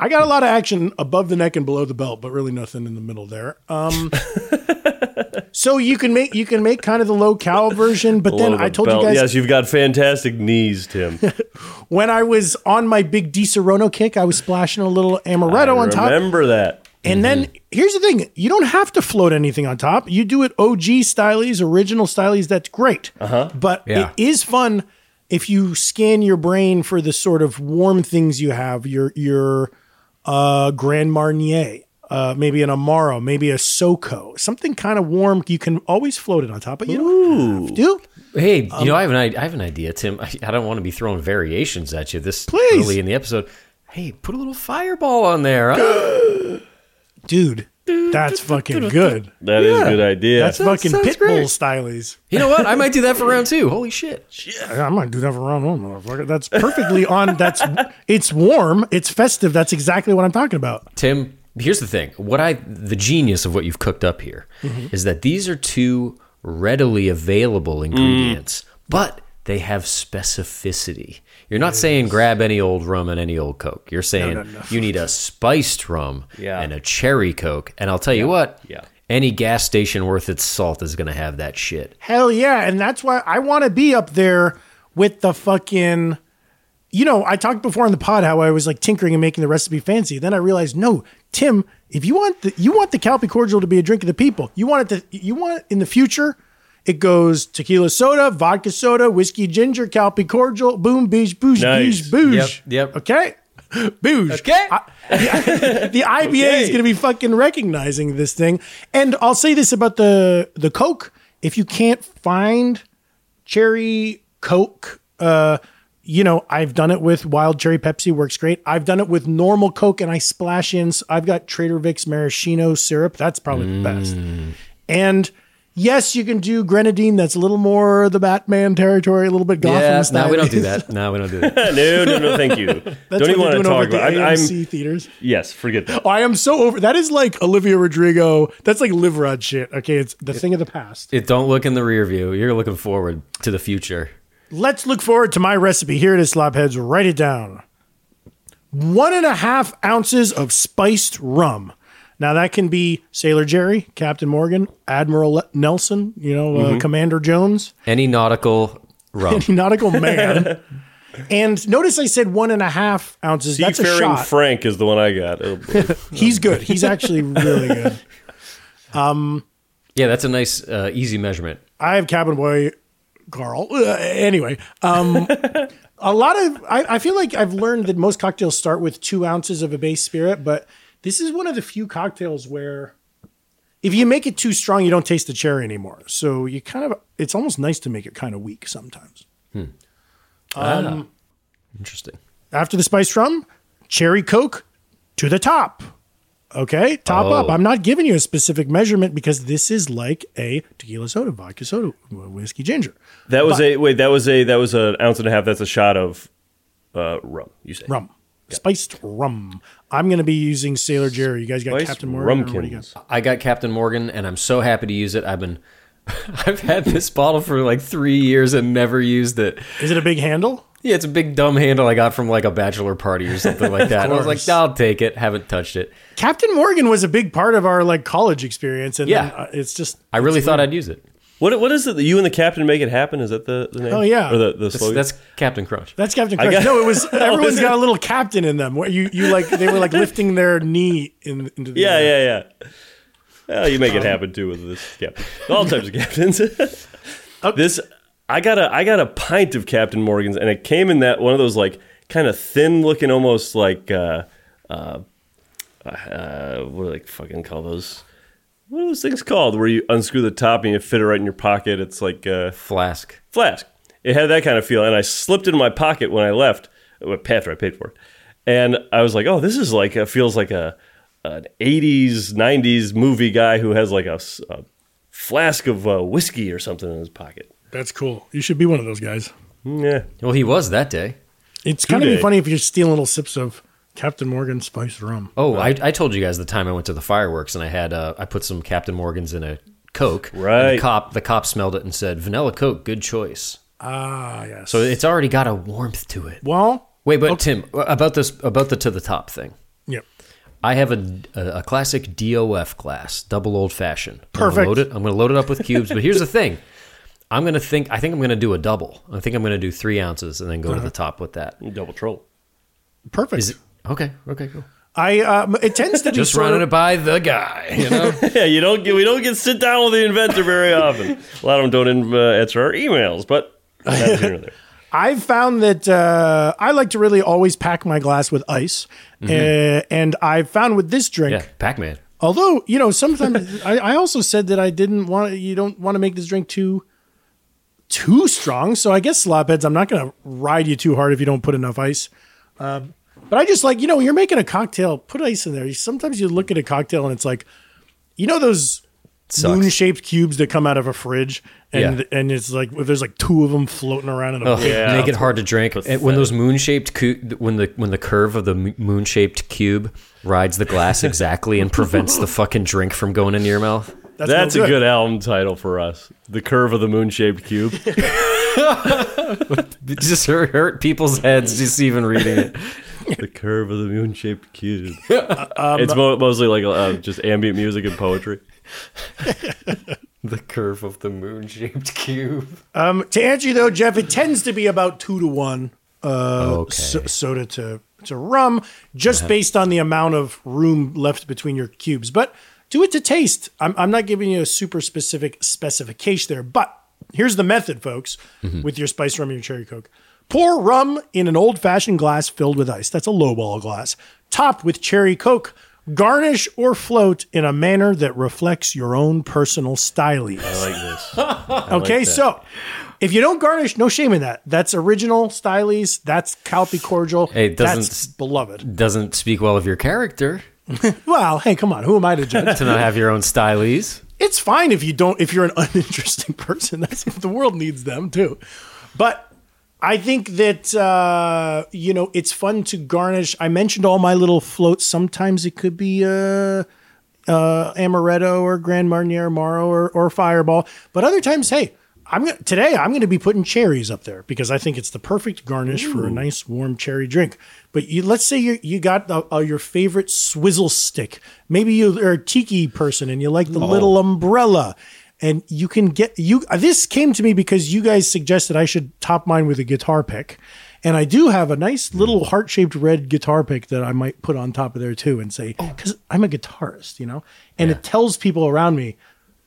I got a lot of action above the neck and below the belt, but really nothing in the middle there. Um, so you can make you can make kind of the low cal version, but Below then the I told belt. you guys Yes, you've got fantastic knees, Tim. when I was on my big Di Serono kick, I was splashing a little amaretto on top. Remember that. And Mm-hmm. then here's the thing: you don't have to float anything on top. You do it OG stylies, original stylies. That's great. Uh-huh. But Yeah. it is fun if you scan your brain for the sort of warm things you have. Your your uh, Grand Marnier, uh, maybe an Amaro, maybe a Soco, something kind of warm. You can always float it on top, but you don't have to. Hey, Um, you know, I have an I, I have an idea, Tim. I, I don't want to be throwing variations at you this Please. early in the episode. Hey, put a little fireball on there. huh? dude. That's fucking good. That is a good idea. That's fucking sounds pitbull great. stylies. you know what? I might do that for round two. Holy shit! I'm gonna do that for round one, motherfucker. That's perfectly on. That's it's warm, it's festive. That's exactly what I'm talking about. Tim, here's the thing. What I the genius of what you've cooked up here is Mm-hmm. that these are two readily Mm. available ingredients, but they have specificity. You're not saying grab any old rum and any old coke. You're saying you need a spiced rum Yeah. and a cherry coke. And I'll tell you what, Yeah. any gas station worth its salt is going to have that shit. Hell yeah, and that's why I want to be up there with the fucking. You know, I talked before on the pod how I was like tinkering and making the recipe fancy. Then I realized, no, Tim, if you want the you want the Calpe cordial to be a drink of the people, you want it to you want it in the future. It goes tequila soda, vodka soda, whiskey ginger, Calpe cordial, boom, beach, boosh, boosh, Nice. boosh. Yep, yep. Okay. Boosh. Okay. I- the IBA is going to be fucking recognizing this thing. And I'll say this about the the Coke: if you can't find cherry Coke, uh, you know I've done it with wild cherry Pepsi, works great. I've done it with normal Coke, and I splash in. I've got Trader Vic's maraschino syrup. That's probably the best. Mm. And yes, you can do grenadine. That's a little more the Batman territory, a little bit Gotham yeah, style. no, we don't do that. No, we don't do that. no, no, no. Thank you. That's don't even what they're want to doing over talk at the about. it. I'm, AMC I'm theaters. yes. Forget that. I am so over. That is like Olivia Rodrigo. That's like Live Rod shit. Okay, it's the thing of the past. It don't look in the rear view. You're looking forward to the future. Let's look forward to my recipe. Here it is, Slopheads. Write it down. one and a half ounces of spiced rum. Now that can be Sailor Jerry, Captain Morgan, Admiral Le- Nelson, you know, uh, Mm-hmm. Commander Jones, Any nautical rum. nautical man. and notice I said one and a half ounces. That's a Seafaring shot. Frank is the one I got. Oh, boy. He's good. He's actually really good. yeah, that's a nice, uh, easy measurement. I have cabin boy Carl. Ugh, anyway, um, a lot of I, I feel like I've learned that most cocktails start with two ounces of a base spirit, but this is one of the few cocktails where if you make it too strong, you don't taste the cherry anymore. So you kind of it's almost nice to make it kind of weak sometimes. Interesting. After the spice rum, cherry coke to the top. Okay, top up. I'm not giving you a specific measurement because this is like a tequila soda, vodka soda, whiskey ginger. that was a wait. That was a that was an ounce and a half. That's a shot of uh, rum. You say rum, spiced rum. I'm going to be using Sailor Jerry. You guys got Spiced Captain Morgan. or What do you rumkins. got? I got Captain Morgan, and I'm so happy to use it. I've been, I've had this bottle for like three years and never used it. Is it a big handle? Yeah, it's a big dumb handle I got from like a bachelor party or something like that. I was like, course. I'll take it. Haven't touched it. Captain Morgan was a big part of our like college experience, and Yeah. then, uh, it's just I really thought I'd use it. What what is it? that You and the captain make it happen. Is that the, the name? Oh, yeah. or the, the That's, slogan? that's Captain Crunch. that's Captain Crunch. got- no, it was Oh, is everyone's it? got a little captain in them. Where you you like they were like lifting their knee in, into the yeah, air. yeah, yeah. Well, you make it happen too with this captain. All types of captains. this I got a I got a pint of Captain Morgan's, and it came in that one of those like kind of thin looking, almost like uh, uh, uh, what do they fucking call those? What are those things called? Where you unscrew the top and you fit it right in your pocket. It's like uh, Flask. flask. It had that kind of feel, and I slipped it in my pocket when I left uh, after I paid for it. And I was like, "Oh, this is like uh, feels like a an '80s '90s movie guy who has like a, s- a flask of uh, whiskey or something in his pocket." That's cool. You should be one of those guys. Yeah, Well, he was that day. It's kind of be Today. funny if you're stealing little sips of Captain Morgan spiced rum. Oh, I, I told you guys the time I went to the fireworks and I had uh, I put some Captain Morgan's in a Coke. and Right. the cop the cop smelled it and said, "Vanilla Coke, good choice." Ah, yes. So it's already got a warmth to it. well, Wait, but Tim, uh, about this about the to the top thing. yep. I have a, a, a classic DOF class, double old fashioned. Perfect. I'm gonna, load it, I'm gonna load it up with cubes, but here's the thing. I'm gonna think. I think I'm gonna do a double. I think I'm gonna do three ounces and then go to the top with that. double troll. Perfect. Is it okay? Okay, cool. I um, it tends to be Just sort running of- it by the guy. You know, yeah, you don't get we don't get sit down with the inventor very often. A lot of them don't uh, answer our emails, but that's here or there. I've found that uh, I like to really always pack my glass with ice, uh, and I've found with this drink, Mm-hmm. yeah, Pac Man. although you know sometimes I, I also said that I didn't want you don't want to make this drink too too strong. So I guess slopheads, I'm not going to ride you too hard if you don't put enough ice. Um, but I just like you know when you're making a cocktail, put ice in there. You- Sometimes you look at a cocktail and it's like, you know those Sucks. moon shaped cubes that come out of a fridge, and Yeah. Oh, and it's like if there's like two of them floating around in a Ugh, big make it hard to drink. And when those moon shaped cu- when the when the curve of the moon shaped cube rides the glass exactly and prevents the fucking drink from going into your mouth. That's, no a good. good album title for us. The curve of the moon shaped cube. It just hurt, hurt people's heads just even reading it. the curve of the moon shaped cube. um, it's mo- mostly like uh, just ambient music and poetry. The curve of the moon shaped cube. Um, to answer you though, Jeff, it tends to be about two to one uh, Okay. so- soda to to rum, Uh-huh. just based on the amount of room left between your cubes. But do it to taste. I'm, I'm not giving you a super specific specification there, but here's the method, folks, Mm-hmm. with your spice rum and your cherry coke. Pour rum in an old fashioned glass filled with ice. That's a lowball glass, topped with cherry coke. Garnish or float in a manner that reflects your own personal styles. Like this. Okay, so if you don't garnish, no shame in that. That's original Stylies. That's Calpe cordial. Hey, it doesn't- that's beloved. Doesn't speak well of your character Well, hey, come on. Who am I to judge? to not have your own stylies. it's fine if you don't. If you're an uninteresting person, that's the world needs them too. But I think that uh, you know it's fun to garnish. I mentioned all my little floats. Sometimes it could be. Uh, uh, amaretto or Grand Marnier Morrow or, or Fireball. But other times, hey, I'm gonna, today I'm going to be putting cherries up there because I think it's the perfect garnish for a nice warm cherry drink. But you, let's say you you got uh, uh, your favorite swizzle stick. Maybe you are a tiki person and you like the little umbrella. And you can get you. uh, This came to me because you guys suggested I should top mine with a guitar pick, and I do have a nice little heart shaped red guitar pick that I might put on top of there too, and say Oh. because I'm a guitarist, you know, and it tells people around me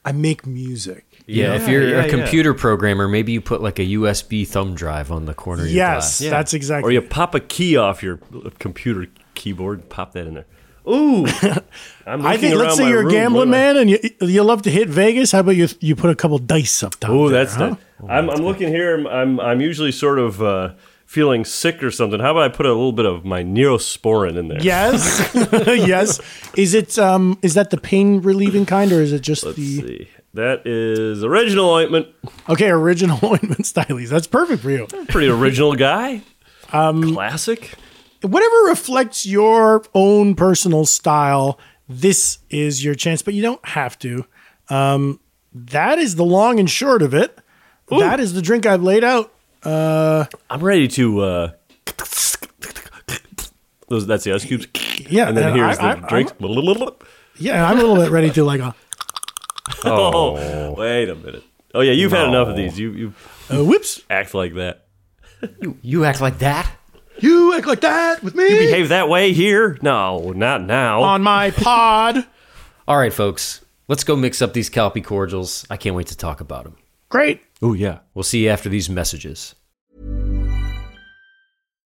I make music. Yeah, if you're yeah, yeah. a computer programmer, maybe you put like a USB thumb drive on the corner of your Yes, glass. that's Or exactly. you pop a key off your computer keyboard, pop that in there. Ooh, I'm I looking think around let's say my you're a room, gambling what am I- man and you you love to hit Vegas. How about you you put a couple dice up top? Oh, there, that's huh? the. I'm, I'm looking here. I'm, I'm I'm usually sort of uh, feeling sick or something. How about I put a little bit of my Neosporin in there? Yes, yes. Is it um is that the pain relieving kind or is it just the Let's see. That is original ointment. okay original ointment stylies? That's perfect for you. Pretty original guy. Um, Classic. Whatever reflects your own personal style, this is your chance. But you don't have to. Um, that is the long and short of it. That is the drink I've laid out. I'm ready to. Uh, those that's the ice cubes. Yeah, and then and here's I- the I- drinks. Yeah, and I'm a little bit ready to like a, Oh, wait a minute. Oh yeah, you've had enough of these. You you uh, whoops. act like that. You act like that? You act like that with me. You behave that way here? No, not now. on my pod. All right, folks, let's go mix up these Calpy cordials. I can't wait to talk about them. Great. oh yeah. We'll see you after these messages.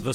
The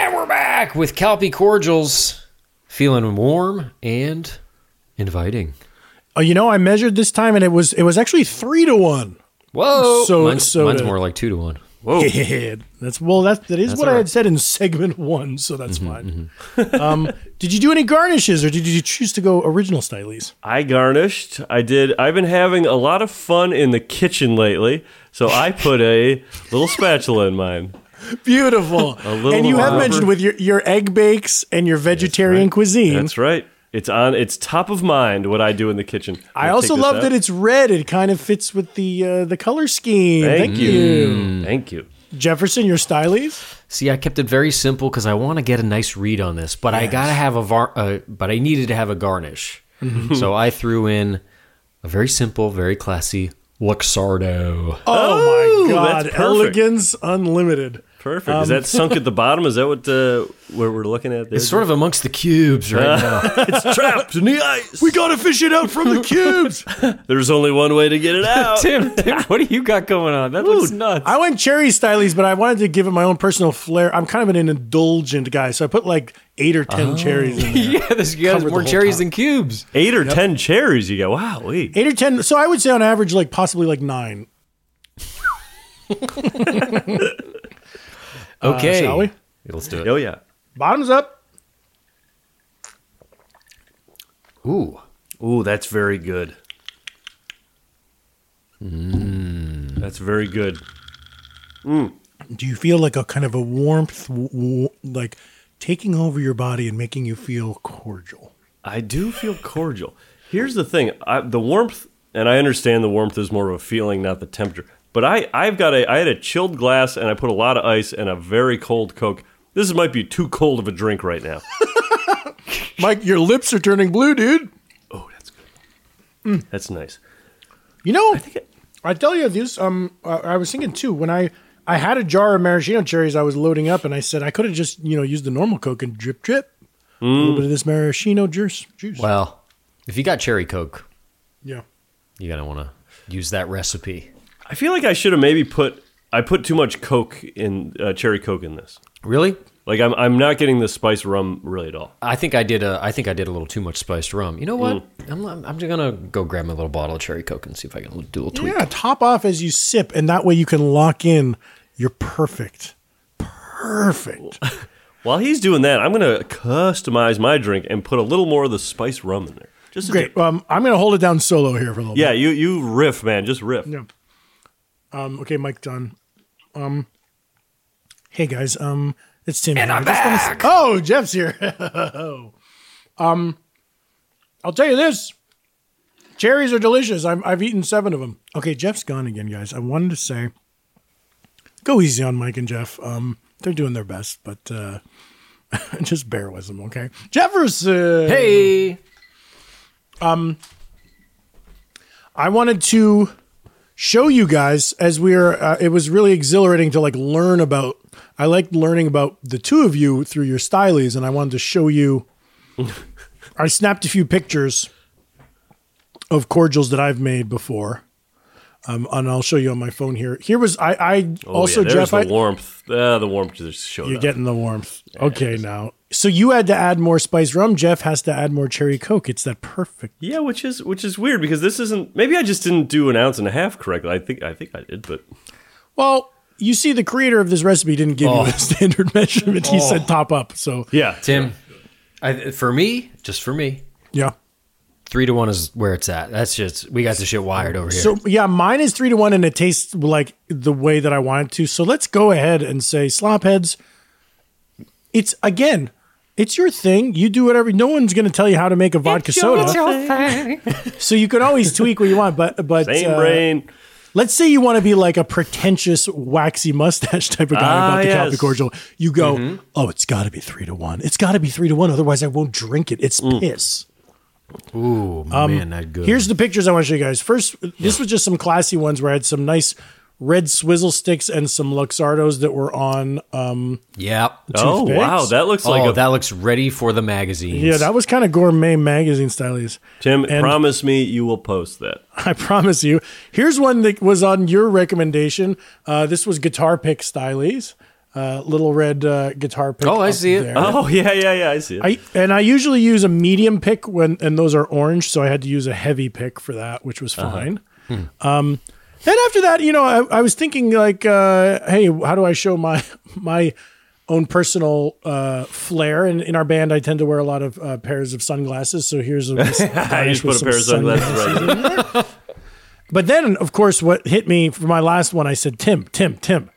And we're back with Calpy Cordials. Feeling warm and inviting. Oh, you know, I measured this time and it was it was actually three to one. Whoa! So- mine's, so mine's did- more like two to one. Whoa. Yeah, that's well. That that is That's what all I right. had said in segment one, so that's Mm-hmm, fine. um, did you do any garnishes, or did you choose to go original stylies? I garnished. I did. I've been having a lot of fun in the kitchen lately, so I put a little spatula in mine. Beautiful. little and you have rubber. mentioned with your your egg bakes and your vegetarian cuisine. That's right. It's on. It's top of mind what I do in the kitchen. I also love that it's red. It kind of fits with the uh, the color scheme. Thank, Thank you. you, Thank you. Jefferson. Your stylies. See, I kept it very simple because I want to get a nice read on this, but I gotta have a var. Uh, but I needed to have a garnish, so I threw in a very simple, very classy Luxardo. Oh, my Ooh, God! that's perfect. Elegance unlimited. Perfect. is that sunk at the bottom? Is that what uh, where we're looking at? There? It's sort of amongst the cubes right now. it's trapped in the ice. We gotta fish it out from the cubes. There's only one way to get it out. Tim, Tim, what do you got going on? That looks nuts. I went cherry stylies, but I wanted to give it my own personal flair. I'm kind of an indulgent guy, so I put like eight or ten cherries in there. yeah, this guy has Covered the more whole cherries top. than cubes. Eight or ten cherries. You go. Wow. Wait. Eight or ten. So I would say on average, like possibly like nine. Okay, shall we? Let's do it. Oh yeah. Bottoms up. Ooh, Ooh, that's very good. That's very good. Do you feel like a kind of a warmth, w- w- like taking over your body and making you feel cordial? I do feel cordial. Here's the thing: I, the warmth, and I understand the warmth is more of a feeling, not the temperature. But I, I've got a, I had a chilled glass, and I put a lot of ice and a very cold Coke. This might be too cold of a drink right now. Mike, your lips are turning blue, dude. oh, that's good. Mm. That's nice. You know, I, think tell you this. Um, I, I was thinking too when I I had a jar of maraschino cherries I was loading up, and I said I could have just you know used the normal Coke and drip drip a little bit of this maraschino juice. Juice. well, if you got cherry coke, Yeah. you gotta want to use that recipe. I feel like I should have maybe put, I put too much Coke in uh, cherry Coke in this. Really? Like I'm, I'm not getting the spice rum really at all. I think I did a. I think I did a little too much spiced rum. You know what? I'm, I'm just gonna go grab my little bottle of cherry coke and see if I can do a little tweak. Yeah. Top off as you sip, and that way you can lock in. You're perfect. Perfect. While he's doing that, I'm gonna customize my drink and put a little more of the spice rum in there. Just a Great. Um, I'm gonna hold it down solo here for a little Yeah, you you riff, man. Just riff. Yeah. Um, okay, Mike Dunn. Um, hey guys, um, it's Tim. And I'm back. oh, Jeff's here. um, I'll tell you this: cherries are delicious. I'm, I've eaten seven of them. Okay, Jeff's gone again, guys. I wanted to say, go easy on Mike and Jeff. Um, they're doing their best, but uh, just bear with them, okay? Jefferson. Um, Hey, I wanted to show you guys as we are. Uh, it was really exhilarating to like learn about. I liked learning about the two of you through your stylies, and I wanted to show you. I snapped a few pictures of cordials that I've made before, um, and I'll show you on my phone here. Here was I. I Oh, also yeah, there's Jeff. I, the warmth. Ah, the warmth just showed you're up. getting the warmth. okay, now. So you had to add more spice rum. Jeff has to add more cherry coke. It's that perfect yeah, which is which is weird because this isn't. Maybe I just didn't do an ounce and a half correctly. I think I think I did, but Well, you see, the creator of this recipe didn't give you a standard measurement. He said top up. So yeah, Tim. I, for me, just for me, yeah. three to one is where it's at. That's just we got the shit wired over here. So yeah, mine is three to one, and it tastes like the way that I want it to. So let's go ahead and say slopheads. It's again, it's your thing. You do whatever. No one's going to tell you how to make a vodka soda. So you can always tweak what you want. But but same uh, brain. Let's say you want to be like a pretentious, waxy mustache type of guy Ah, about the yes. Calpy cordial. You go, Mm-hmm. Mm. oh, it's got to be three to one. It's got to be three to one. Otherwise, I won't drink it. It's piss. Ooh, man, that good. um, Here's the pictures I want to show you guys. First, this was just some classy ones where I had some nice red swizzle sticks and some Luxardos that were on. Um, yep. Oh Toothpicks? wow, that looks oh, like a that looks ready for the magazines. yeah, that was kind of gourmet magazine stylies. Tim. and- promise me you will post that. I promise you. Here's one that was on your recommendation. Uh, this was guitar pick stylies. Uh, little red uh, guitar pick. Oh, I up see it. there. Oh yeah, yeah, yeah. I see it. I and I usually use a medium pick when and those are orange, so I had to use a heavy pick for that, which was Uh-huh. fine. Um, Hmm. and after that, you know, I, I was thinking like, uh, hey, how do I show my my own personal uh, flair? And in our band, I tend to wear a lot of uh, pairs of sunglasses. So here's a I I just put a pair of sunglasses right. there. But then, of course, what hit me for my last one, I said, Tim, Tim, Tim.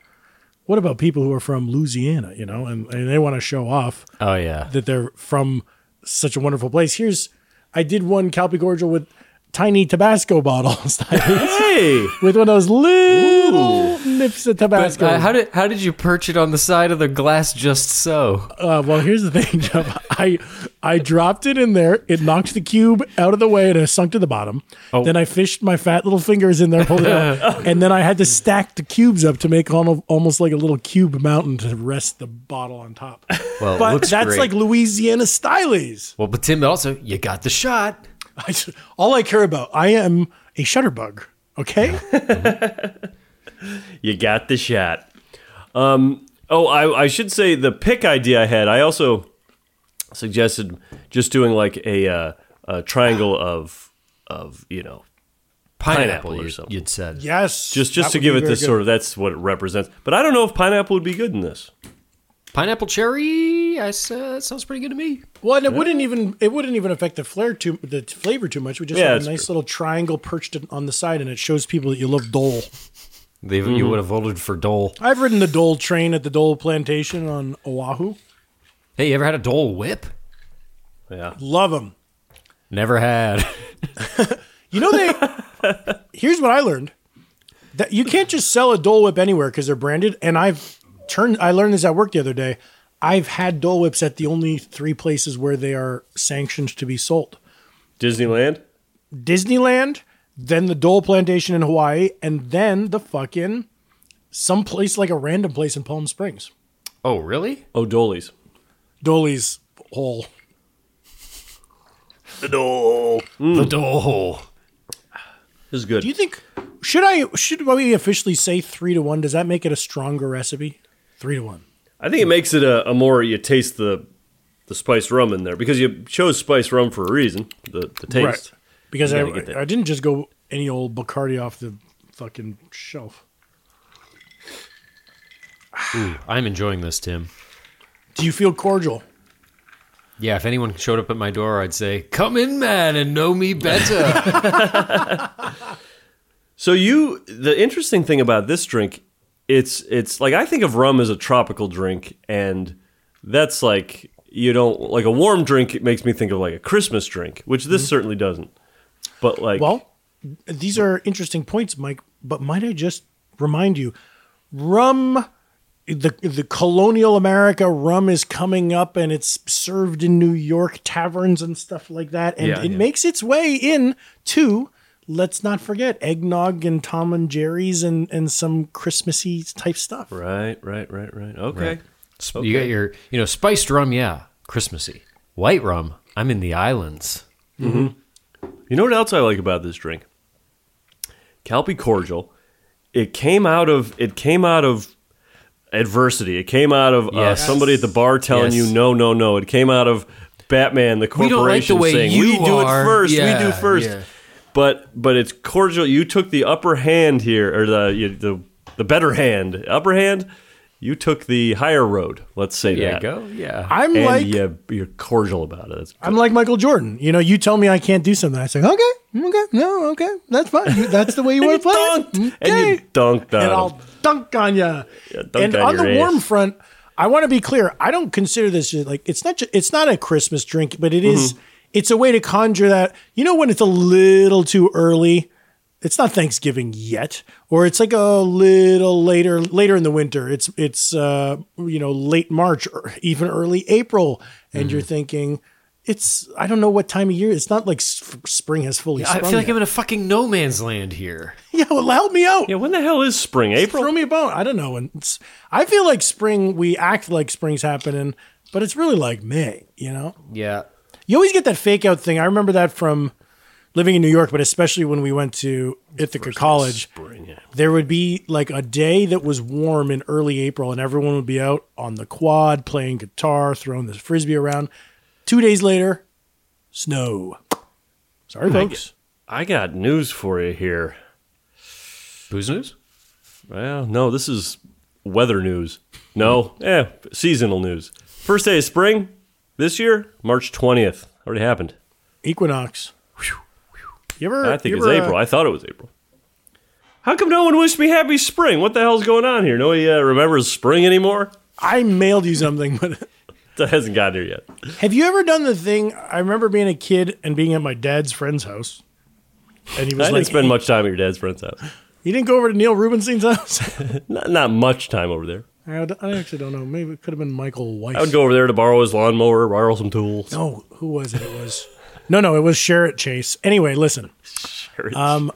What about people who are from Louisiana? You know, and, and they want to show off. Oh yeah. that they're from such a wonderful place. Here's I did one Calpe Gorgel with tiny Tabasco bottles Hey, with one of those little nips of But, Tabasco. uh, how did how did you perch it on the side of the glass just so? Uh, well, here's the thing, Jeff. I I dropped it in there. It knocked the cube out of the way and it sunk to the bottom. Oh. Then I fished my fat little fingers in there, pulled it out, and then I had to stack the cubes up to make almo- almost like a little cube mountain to rest the bottle on top. Well, it but looks that's great. like Louisiana stylies. Well, but Tim also you got the shot. I s- all I care about, I am a shutterbug. Okay. you got the shot. Um. Oh, I, I should say the pick idea I had. I also suggested just doing like a uh, a triangle of of you know Pineapple Pineapple, or you, something. you'd said. yes. just just to give it this sort of that's what it represents. But I don't know if pineapple would be good in this. Pineapple cherry. I said that sounds pretty good to me. Well, and it wouldn't even it wouldn't even affect the flair too the t- flavor too much. We just Yeah, have that's a nice true. little triangle perched in- on the side, and it shows people that you love Dole. They, You would have voted for Dole. I've ridden the Dole train at the Dole plantation on Oahu. Hey, you ever had a Dole whip? Yeah. Love them. Never had. You know they. here's what I learned: that you can't just sell a Dole Whip anywhere because they're branded. And I've turned. I learned this at work the other day. I've had Dole Whips at the only three places where they are sanctioned to be sold: Disneyland. Disneyland, then the Dole Plantation in Hawaii, and then the fucking some place like a random place in Palm Springs. oh, really? Oh, Dolly's. Dolly's hole. The Dole. This is good. Do you think should I should we officially say three to one? Does that make it a stronger recipe? Three to one. I think it makes it a, a more you taste the the spiced rum in there because you chose spiced rum for a reason. The the taste. Because I, gotta get that. I didn't just go any old Bacardi off the fucking shelf. I'm enjoying this, Tim. Do you feel cordial? Yeah, if anyone showed up at my door, I'd say, "Come in, man, and know me better." So you the interesting thing about this drink, it's it's like I think of rum as a tropical drink and that's like you don't like a warm drink it makes me think of like a Christmas drink, which this certainly doesn't. But like Well, these are interesting points, Mike. But might I just remind you, rum, the the colonial America rum is coming up, and it's served in New York taverns and stuff like that, and Yeah, it yeah. makes its way in to. Let's not forget eggnog and Tom and Jerry's and, and some Christmassy type stuff. Right, right, right, right. Okay. You got your, you know, spiced rum. Yeah, Christmassy. White rum. I'm in the islands. You know what else I like about this drink? Calpe Cordial. It came out of it came out of adversity. It came out of uh, Yes. somebody at the bar telling Yes. you no, no, no. It came out of Batman, the We corporation, don't like the way saying you we do it are." first. we Yeah, do first. yeah. But but it's cordial. You took the upper hand here, or the you, the the better hand, upper hand. You took the higher road. Let's say Yeah, that. go. Yeah. I'm And like you, you're cordial about it. That's I'm like Michael Jordan. You know, you tell me I can't do something. I say, okay, okay, no, okay, that's fine. You- That's the way you and you want to play. it. dunked, and you Okay. dunked on and him. I'll dunk on you. dunk and on on your the ass. warm front, I want to be clear. I don't consider this just like it's not. Just, it's not a Christmas drink, but it Mm-hmm. is- It's a way to conjure that. You know, when it's a little too early. It's not Thanksgiving yet, or it's like a little later, later in the winter. It's Mm-hmm. it's uh, you know late March or even early April, and you're thinking it's I don't know what time of year. It's not like s- spring has fully. I sprung feel like yet. I'm in a fucking no man's land here. yeah. Well, help me out. Yeah, when the hell is spring? April? Throw me a bone. I don't know. And it's, I feel like spring. We act like spring's happening, but it's really like May. You know. Yeah. You always get that fake out thing. I remember that from living in New York, but especially when we went to Ithaca College. There would be like a day that was warm in early April, and everyone would be out on the quad playing guitar, throwing the frisbee around. Two days later, snow. Sorry, folks. I got news for you here. Booze news? Well, no, this is weather news. No, eh, seasonal news. First day of spring this year, March 20th. Already happened. Equinox. You ever? I think you it's ever, April. uh, I thought it was April. How come no one wished me happy spring? What the hell's going on here? Nobody uh, remembers spring anymore? I mailed you something, but That hasn't gotten here yet. Have you ever done the thing? I remember being a kid and being at my dad's friend's house, and he I was didn't like, spend much time at your dad's friend's house. "You didn't go over to Neil Rubenstein's house." Not, not much time over there. I, would- I actually don't know. Maybe it could have been Michael Weiss. I would go over there to borrow his lawnmower, borrow some tools. No, who was it? It was no, no. It was Sherritt Chase. Anyway, listen. Um,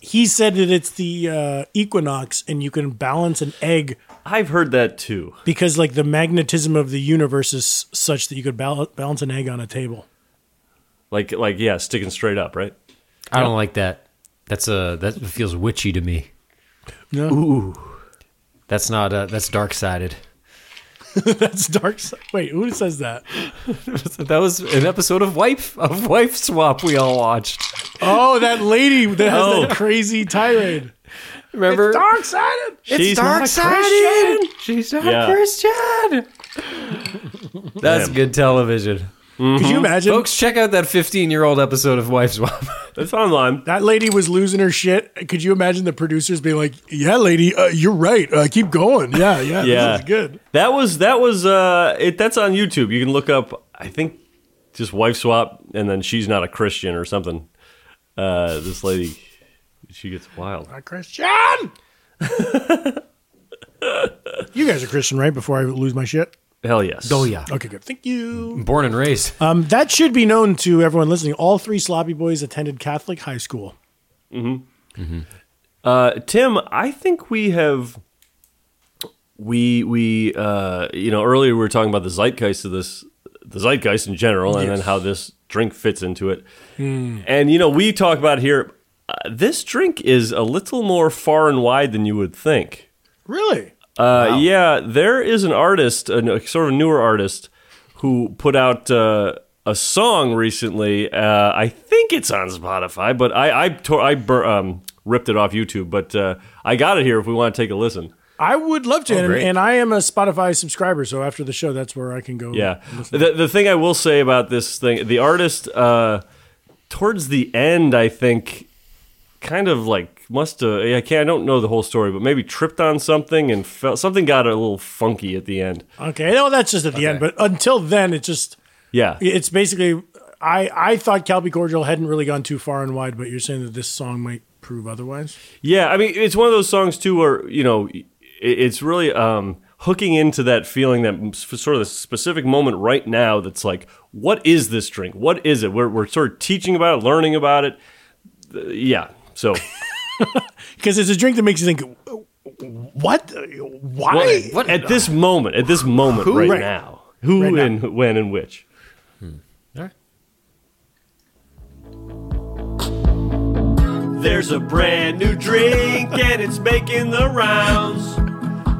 he said that it's the uh, equinox, and you can balance an egg I've heard that too. because, like, the magnetism of the universe is such that you could bal- balance an egg on a table. Like, like yeah, sticking straight up, right? I don't like that. That's a that feels witchy to me. No. That's not uh, that's dark sided. That's dark. Side. Wait, who says that? That was an episode of wife of wife swap we all watched. Oh, that lady that has Oh. that crazy tirade. Remember? Dark sided. She's not a sided. She's not a Yeah. Christian. That's Damn. good television. Could you Mm-hmm. imagine? Folks, check out that 15 year old episode of Wife Swap. It's online. That lady was losing her shit. Could you imagine the producers being like, "Yeah, lady, uh, you're right. Uh, keep going. Yeah, yeah, Yeah. this is good." That was that was uh it that's on YouTube. You can look up I think just wife swap and then she's not a Christian or something. Uh this lady she gets wild. Not Christian. you guys are Christian, right? Before I lose my shit. Hell yes. Oh, yeah. Okay, good. Thank you. Born and raised. Um, that should be known to everyone listening. All three sloppy boys attended Catholic high school. Uh Tim, I think we have we we uh you know earlier we were talking about the zeitgeist of this the zeitgeist in general and then how this drink fits into it. And you know we talk about here uh, this drink is a little more far and wide than you would think. Really? Uh, Yeah, there is an artist, a n- sort of newer artist, who put out uh, a song recently. Uh, I think it's on Spotify, but I I, tore, I bur- um, ripped it off YouTube. But uh, I got it here if we want to take a listen. I would love to, and, Oh, great. and I am a Spotify subscriber, so after the show, that's where I can go. Yeah. The, the thing I will say about this thing, the artist, uh, towards the end, I think, kind of like must have. I can't. I don't know the whole story, but maybe tripped on something and felt something got a little funky at the end. Okay. No, that's just at the end, but until then, it's just Yeah. it's basically. I I thought Calby Cordial hadn't really gone too far and wide, but you're saying that this song might prove otherwise. Yeah, I mean, it's one of those songs too, where you know, i- it's really um, hooking into that feeling, that m- s- sort of specific moment right now. That's like, what is this drink? What is it? We're we're sort of teaching about it, learning about it. Uh, yeah. So because it's a drink that makes you think, what, why? what, at this moment, at this moment, right, Right. now, who Right now. Hmm. and wh- when and which? There's a brand new drink and it's making the rounds.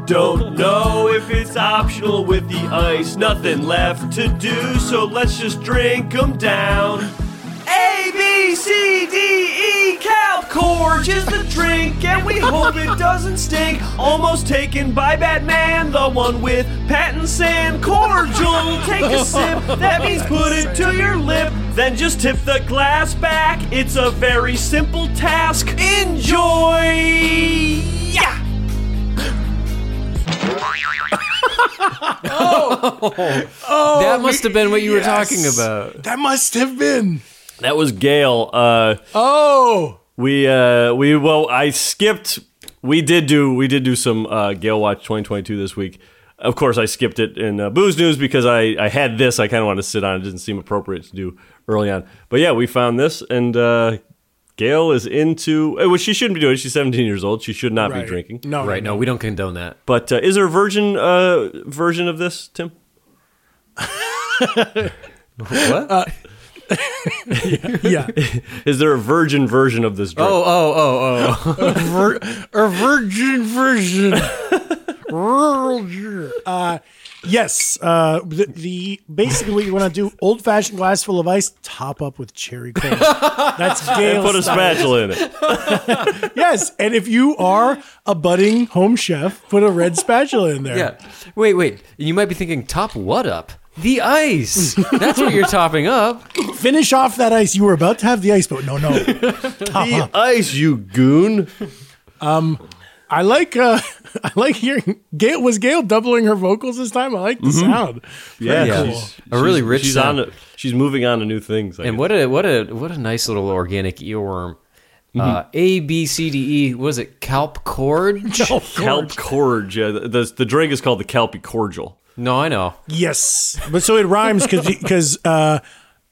Don't know if it's optional with the ice, nothing left to do, so let's just drink 'em down. A, B, C, D, E, Calcorge is the drink, and we hope it doesn't stink. Almost taken by Batman, the one with Pattinson cordial. Take a sip, that means put it to your lip, then just tip the glass back. It's a very simple task. Enjoy! Yeah! that must have been what you were talking about. That must have been. That was Gail. Uh, Oh, We uh we well I skipped we did do we did do some uh Gale Watch 2022 this week. Of course, I skipped it in uh, booze news because I, I had this. I kind of wanted to sit on. It didn't seem appropriate to do early on. But yeah, we found this, and uh, Gail is into eh, well, she shouldn't be doing. it. She's 17 years old. She should not Right. be drinking. No, Right. No, we don't condone that. But uh, is there a virgin uh, version of this, Tim? What? Uh, Yeah. Is there a virgin version of this drink? oh, oh, oh, oh. Vir- a virgin version. Virgin. uh, yes. Uh, the, the basically what you want to do: old fashioned glass full of ice, top up with cherry cola. That's Gail. Put a spatula in it. Yes, and if you are a budding home chef, put a red spatula in there. Yeah. Wait, wait. You might be thinking, top what up? The ice. That's what you're topping up. Finish off that ice. You were about to have the ice, but no, no. The ice, you goon. I like. Uh, I like hearing. Gail was Gail doubling her vocals this time. I like the sound. Yeah, Mm-hmm. Yeah. she's- A really she's- rich She's sound. on. to- she's moving on to new things. I And guess. what a what a what a nice little organic earworm. Uh, a B C D E. Was it calp cord? Kelp Corge. Yeah, the, the, the drink is called the Kelpie Cordial. No, I know. Yes, but so it rhymes because because uh,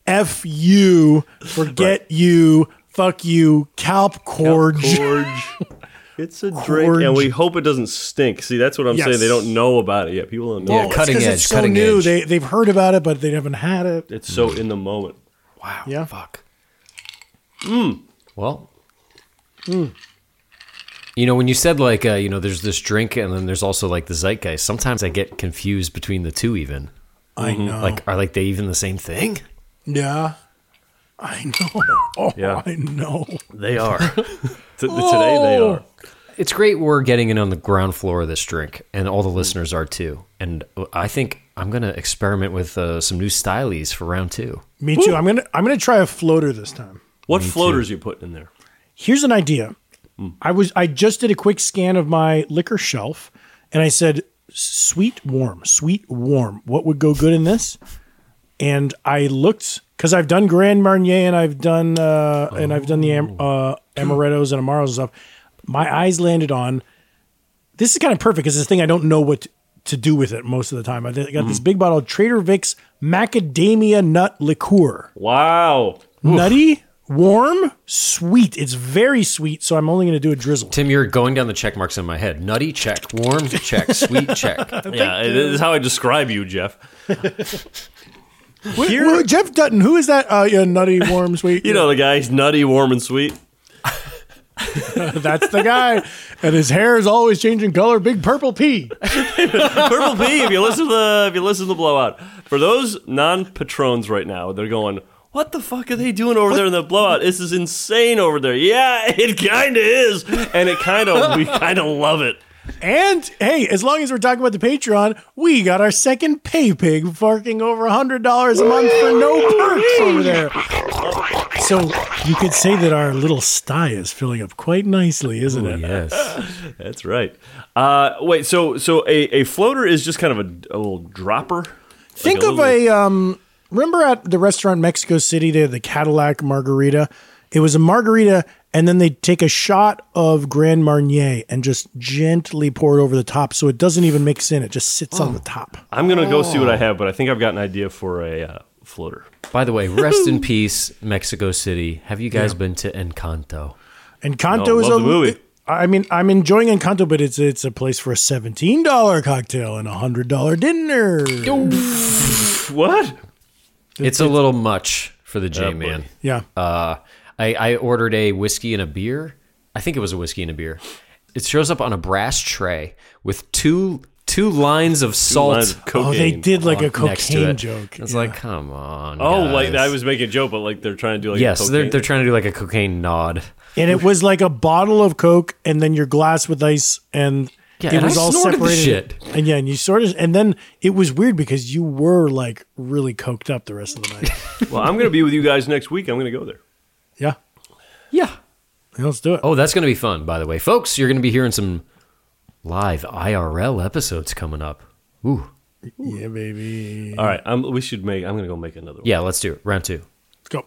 f you forget you fuck you calp corge. Corge. it's a drink, Corge. and we hope it doesn't stink. See, that's what I'm Yes. saying. They don't know about it yet. People don't know. Yeah, about cut- it. Cutting Because edge, it's so cutting new, edge. they they've heard about it, but they haven't had it. It's so in the moment. Wow. Yeah. Oh, Fuck. Mm. Well. You know, when you said like, uh, you know, there's this drink and then there's also like the zeitgeist. Sometimes I get confused between the two. Even I know. Mm-hmm. like, are like they even the same thing? yeah, I know. Oh, Yeah. I know. They are. T- Today they are. It's great we're getting in on the ground floor of this drink, and all the listeners are too. And uh, I think I'm gonna experiment with uh, some new stylies for round two. Me too. I'm gonna I'm gonna try a floater this time. What floaters you putting in there? Here's an idea. I was I just did a quick scan of my liquor shelf, and I said sweet warm, sweet warm. What would go good in this? And I looked because I've done Grand Marnier and I've done uh, and I've done the am, uh, amarettos and amaros and stuff. My eyes landed on this is kind of perfect because this thing I don't know what to do with it most of the time. I got this big bottle of Trader Vic's macadamia nut liqueur Wow. nutty, warm, sweet. It's very sweet, so I'm only going to do a drizzle. Tim, you're going down the check marks in my head. Nutty check, warm check, sweet check. Yeah, this is how I describe you, Jeff. Wait, wait, Jeff Dutton, who is that? Uh, yeah, nutty, warm, sweet. You know the guy. He's nutty, warm, and sweet. that's the guy, and his hair is always changing color. Big purple pea. Purple P. If you listen to the if you listen to the blowout, for those non patrons right now, they're going. What the fuck are they doing over there in the blowout? This is insane over there. Yeah, it kind of is, and it kind of we kind of love it. And hey, as long as we're talking about the Patreon, we got our second pay pig barking over hundred dollars a month for no perks over there. So you could say that our little sty is filling up quite nicely, isn't it? Yes. That's right. Uh, wait, so so a, a floater is just kind of a, a little dropper. Think Like of a um remember at the restaurant in Mexico City they had the Cadillac margarita. It was a margarita and then they'd take a shot of Grand Marnier and just gently pour it over the top so it doesn't even mix in. It just sits Oh. on the top. I'm gonna go see what Oh. I have, but I think I've got an idea for a uh, floater. By the way, rest in peace, Mexico City. Have you guys been to Encanto? And Encanto No, is love a the movie. I mean, I'm enjoying Encanto, but it's it's a place for a seventeen dollar cocktail and a hundred dollar dinner. What? It's a little much for the J man. Yeah, Uh, I, I ordered a whiskey and a beer. I think it was a whiskey and a beer. It shows up on a brass tray with two two lines of salt. Lines of cocaine. oh, they did like a next to it. cocaine joke. It's Yeah. like, come on. Oh, like guys. I was making a joke, but like they're trying to do like a Yes, they're, cocaine- they're trying to do like a cocaine nod. and it was like a bottle of Coke, and then your glass with ice, and Yeah, it and I was all snorted the separated. shit. And yeah, and you sort of, and then it was weird because you were like really coked up the rest of the night. well, I'm gonna be with you guys next week. I'm gonna go there. yeah, Yeah. Yeah, let's do it. Oh, that's going to be fun, by the way. Folks, you're going to be hearing some live IRL episodes coming up. Ooh. Yeah, baby, All right, I'm, we should make. I'm gonna go make another one. Yeah, let's do it. Round two. let's go.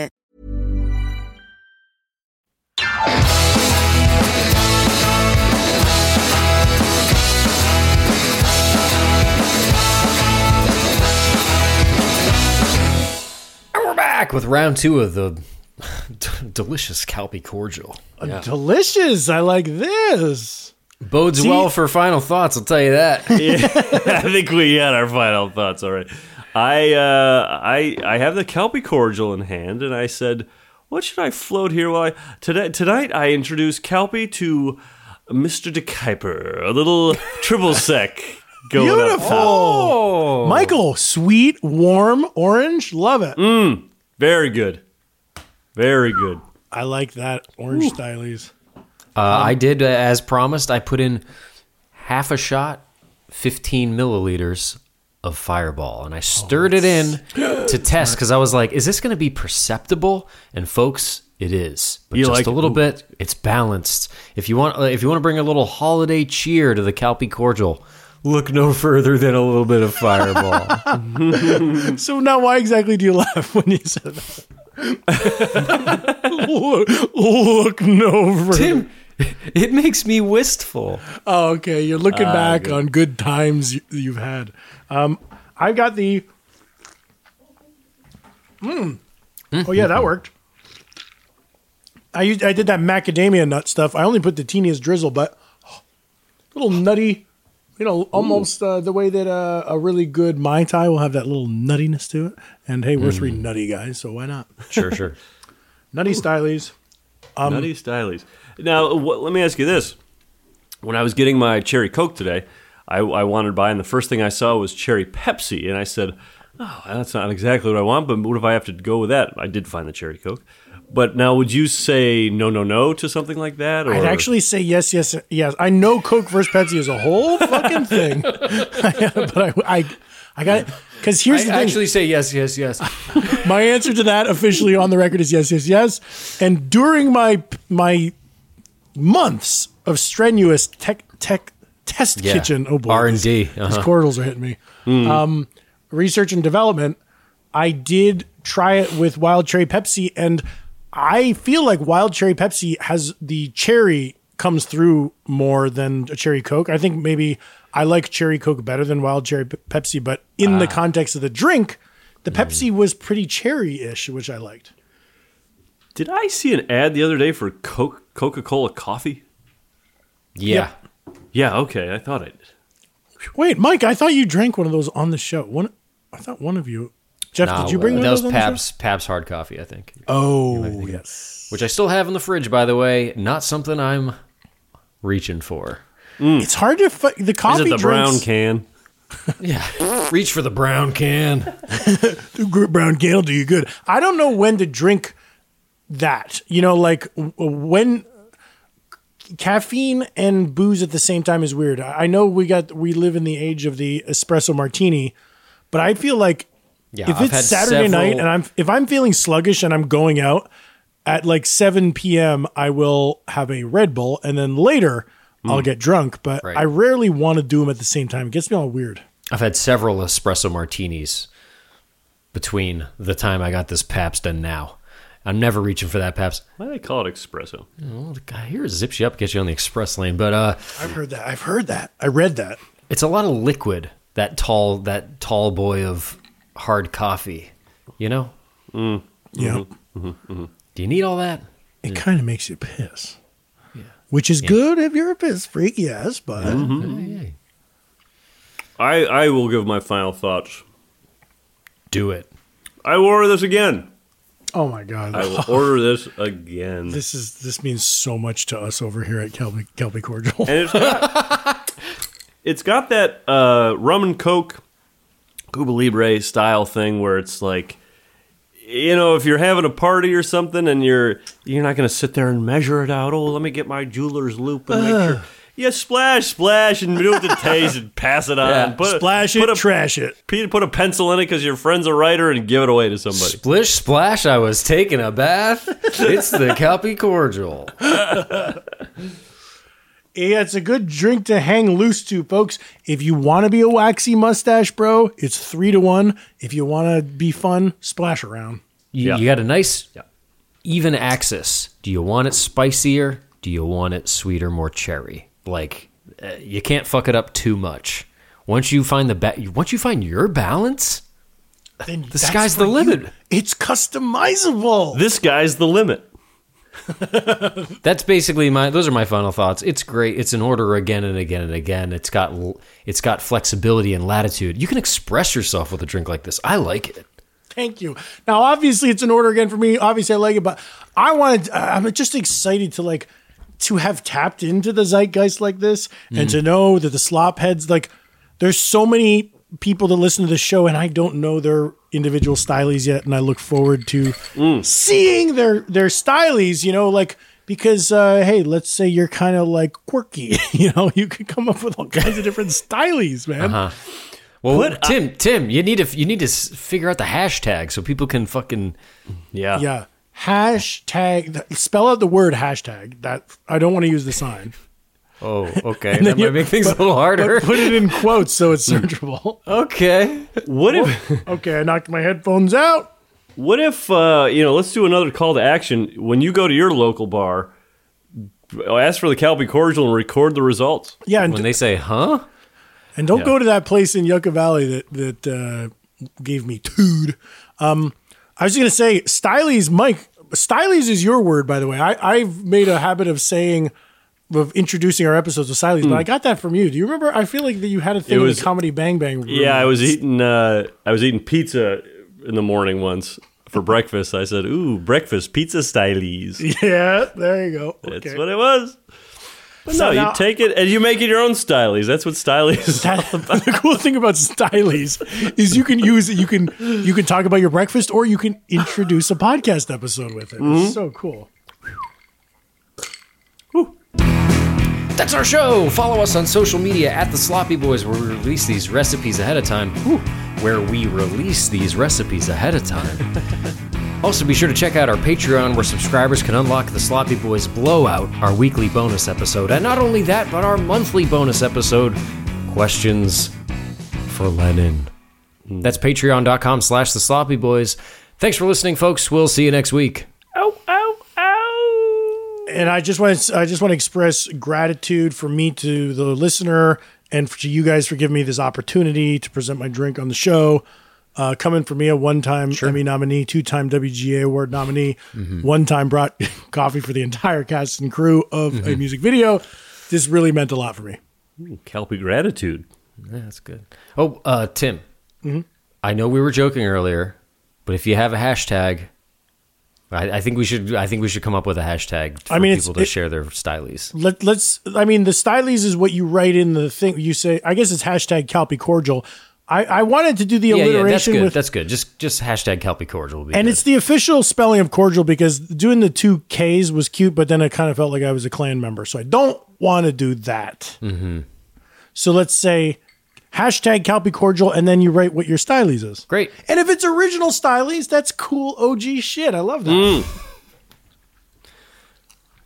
And we're back with round two of the d- delicious Calpy cordial. Uh, Delicious. I like this. Bodes well for final thoughts, I'll tell you that. I think we had our final thoughts already. I uh, I I have the Kelpie cordial in hand, and I said, "What should I float here?" Well, I, today tonight I introduce Kelpie to Mister De Kuyper, a little triple sec going up top. Beautiful. Oh. Michael, sweet, warm, orange. Love it. Mm. Very good, very good. I like that orange stylies. Uh, I did, uh, as promised, I put in half a shot, 15 milliliters of Fireball, and I stirred it in to test because I was like, is this going to be perceptible? And folks, it is, but You just like- a little bit. It's balanced. If you want, uh, if you want to bring a little holiday cheer to the Calpy cordial, look no further than a little bit of Fireball. So now, why exactly do you laugh when you said that? look, look no further. Tim, it makes me wistful. Oh, okay. You're looking back on good times you, you've had. Um, I've got the. Mm. Oh yeah, that worked. I used, I did that macadamia nut stuff. I only put the teeniest drizzle, but little nutty, you know, almost uh, the way that uh, a really good mai tai will have that little nuttiness to it. And hey, we're three nutty guys, so why not? Sure, sure. Nutty stylies. Um, Nutty Stylies. Now, wh- let me ask you this: When I was getting my cherry Coke today, I, I wandered by, and the first thing I saw was cherry Pepsi, and I said, "Oh, that's not exactly what I want." But what if I have to go with that? I did find the cherry Coke, but now would you say no, no, no to something like that? Or I'd actually say yes, yes, yes. I know Coke versus Pepsi is a whole fucking thing, but I, I, I got it. Because here's the thing: say yes, yes, yes. my answer to that officially on the record is yes, yes, yes. And during my my months of strenuous tech tech test Yeah. kitchen, oh boy, R&D, these- these uh-huh. cordials are hitting me. Um, research and development. I did try it with wild cherry Pepsi, and I feel like wild cherry Pepsi has the cherry comes through more than a cherry Coke. I think maybe I like cherry Coke better than wild cherry P- Pepsi, but in the context of the drink, the Pepsi was pretty cherry ish, which I liked. Did I see an ad the other day for Coke Coca Cola coffee? Yeah. Yeah, okay, I thought I did. Wait, Mike, I thought you drank one of those on the show. One, I thought one of you, Jeff, Nah, did you bring well, one uh, that of was those on the show? Pabst Pabst hard coffee, I think, Oh, yes. which I still have in the fridge, by the way. Not something I'm reaching for. It's hard to fi- the Is coffee it the brown drinks- can? Yeah, reach for the brown can. Gr- brown can will do you good. I don't know when to drink that. You know, like w- when caffeine and booze at the same time is weird. I I know we got we live in the age of the espresso martini, but I feel like Yeah, if I've it's had Saturday night several- and I'm if I'm feeling sluggish and I'm going out, at like 7 p.m., I will have a Red Bull, and then later I'll get drunk. But Mm. Right. I rarely want to do them at the same time. It gets me all weird. I've had several espresso martinis between the time I got this Pabst and now. I'm never reaching for that Pabst. Why do they call it espresso? Well, I hear it zips you up, gets you on the express lane, but uh, I've heard that. I've heard that. I read that. it's a lot of liquid. That tall, that tall boy of hard coffee. You know, Yeah. Mm-hmm. do you need all that? It kind of makes you piss. Which is good if you're a piss freak, yes, but Mm-hmm. I, I will give my final thoughts. Do it. I will order this again. oh my god, I will order this again. this is this means so much to us over here at Kelby Kelby Cordial. and it's got, it's got that uh, rum and coke cuba libre style thing where it's like you know if you're having a party or something and you're you're not going to sit there and measure it out oh let me get my jeweler's loop and make sure yeah, splash, splash, and do it to taste and pass it on. Put a- Splash it, put a, trash it. pe- Put a pencil in it because your friend's a writer and give it away to somebody. Splish splash! I was taking a bath. It's the Calpy cordial. Yeah, it's a good drink to hang loose to, folks. If you want to be a waxy mustache bro, it's three to one. If you want to be fun, splash around. You, Yeah. you got a nice Yeah. even axis. Do you want it spicier? Do you want it sweeter, more cherry? Like uh, you can't fuck it up too much. Once you find the ba- once you find your balance, Then the sky's the limit. It's customizable. This guy's the limit. That's basically my those are my final thoughts. It's great. It's an order again and again and again. It's got l- it's got flexibility and latitude. You can express yourself with a drink like this. I like it. Thank you. Now, obviously, it's an order again for me. Obviously, I like it, but I wanted. I'm just excited to like to have tapped into the zeitgeist like this, and to know that the slop heads like there's so many people that listen to the show, and I don't know their individual stylies yet, and I look forward to seeing their their stylies. You know, like. Because uh, hey, let's say you're kind of like quirky, you know, you could come up with all kinds of different stylies, man. Well, Tim, Tim, you need to you need to s- figure out the hashtag so people can fucking Yeah. Yeah. Hashtag. th- Spell out the word hashtag. That I don't want to use the sign. Oh, okay. that might you- make things a little harder. Put it in quotes so it's searchable. okay. What if? Okay, I knocked my headphones out. What if uh, you know? Let's do another call to action. When you go to your local bar, ask for the Calby cordial and record the results. Yeah, and, When they say, "Huh?" and don't go to that place in Yucca Valley that that uh, gave me tood. Um, I was just gonna say stylies, Mike. Stylies is your word, by the way. I, I've made a habit of saying. Of introducing our episodes with stylies, but I got that from you. Do you remember? I feel like that you had a thing in Hmm. was- the comedy Bang Bang. Room. Yeah, I was eating. Uh, I was eating pizza in the morning once for breakfast. I said, "Ooh, breakfast pizza stylies." Yeah, there you go. That's Okay. what it was. But So no, now- you take it and you make it your own stylies. That's what stylies. is all That- the cool thing about stylies is you can use it. You can you can talk about your breakfast, or you can introduce a podcast episode with it. It's so cool. That's our show. Follow us on social media at the Sloppy Boys, where we release these recipes ahead of time. Whew. Where we release these recipes ahead of time. also, be sure to check out our Patreon, where subscribers can unlock the Sloppy Boys Blowout, our weekly bonus episode, and not only that, but our monthly bonus episode, questions for Lenin. That's Patreon.com/slash The Sloppy Boys. Thanks for listening, folks. We'll see you next week. And I just want to, I just want to express gratitude for me to the listener and to you guys for giving me this opportunity to present my drink on the show. Uh, coming from me, a one-time Emmy nominee, two-time WGA award nominee, one-time brought coffee for the entire cast and crew of a music video. This really meant a lot for me. Calpy gratitude. Yeah, that's good. Oh, uh, Tim, Mm-hmm. I know we were joking earlier, but if you have a hashtag, I, I think we should. I think we should come up with a hashtag for I mean, it's- people to it- share their stylies. Let, let's. I mean, the stylies is what you write in the thing. You say, I guess it's hashtag Calpy Cordial. I, I wanted to do the Yeah, yeah, that's alliteration good. with, that's good. Just just hashtag Kelpie Cordial will be. and good. it's the official spelling of cordial because doing the two K's was cute, but then it kind of felt like I was a clan member, so I don't want to do that. Mm-hmm. So let's say hashtag Calpy Cordial, and then you write what your stylies is. great. Mm, And if it's original stylies, that's cool OG shit. I love that.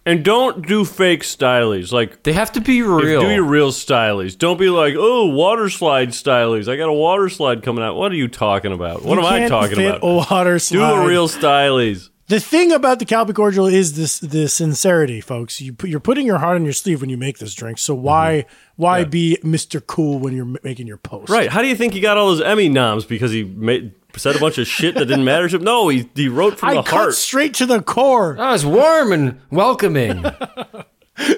And don't do fake stylies. Like They have to be if- real. do your real stylies. Don't be like, oh, water slide stylies. I got a water slide coming out. What are you talking about? What You am I can't talking fit about? a water do slide. a real stylies. The thing about the Calpe Cordial is this the sincerity, folks. You put, you're putting your heart on your sleeve when you make this drink. So why why be Mr. Cool when you're m- making your post? Mm-hmm. Right. How do you think he got all those Emmy noms because he made, said a bunch of shit that didn't matter to him? No, he, he wrote from I the cut heart. straight to the core. oh, it's warm and welcoming.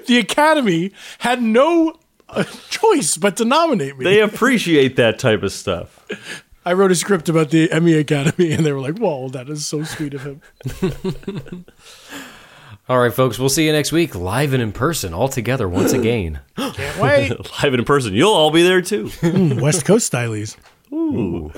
The Academy had no uh, choice but to nominate me. they appreciate that type of stuff. I wrote a script about the Emmy Academy, and they were like, "Whoa, that is so sweet of him." All right, folks. We'll see you next week, live and in person, all together once again. Can't wait. Live and in person. You'll all be there too. Mm, West Coast stylies. Ooh.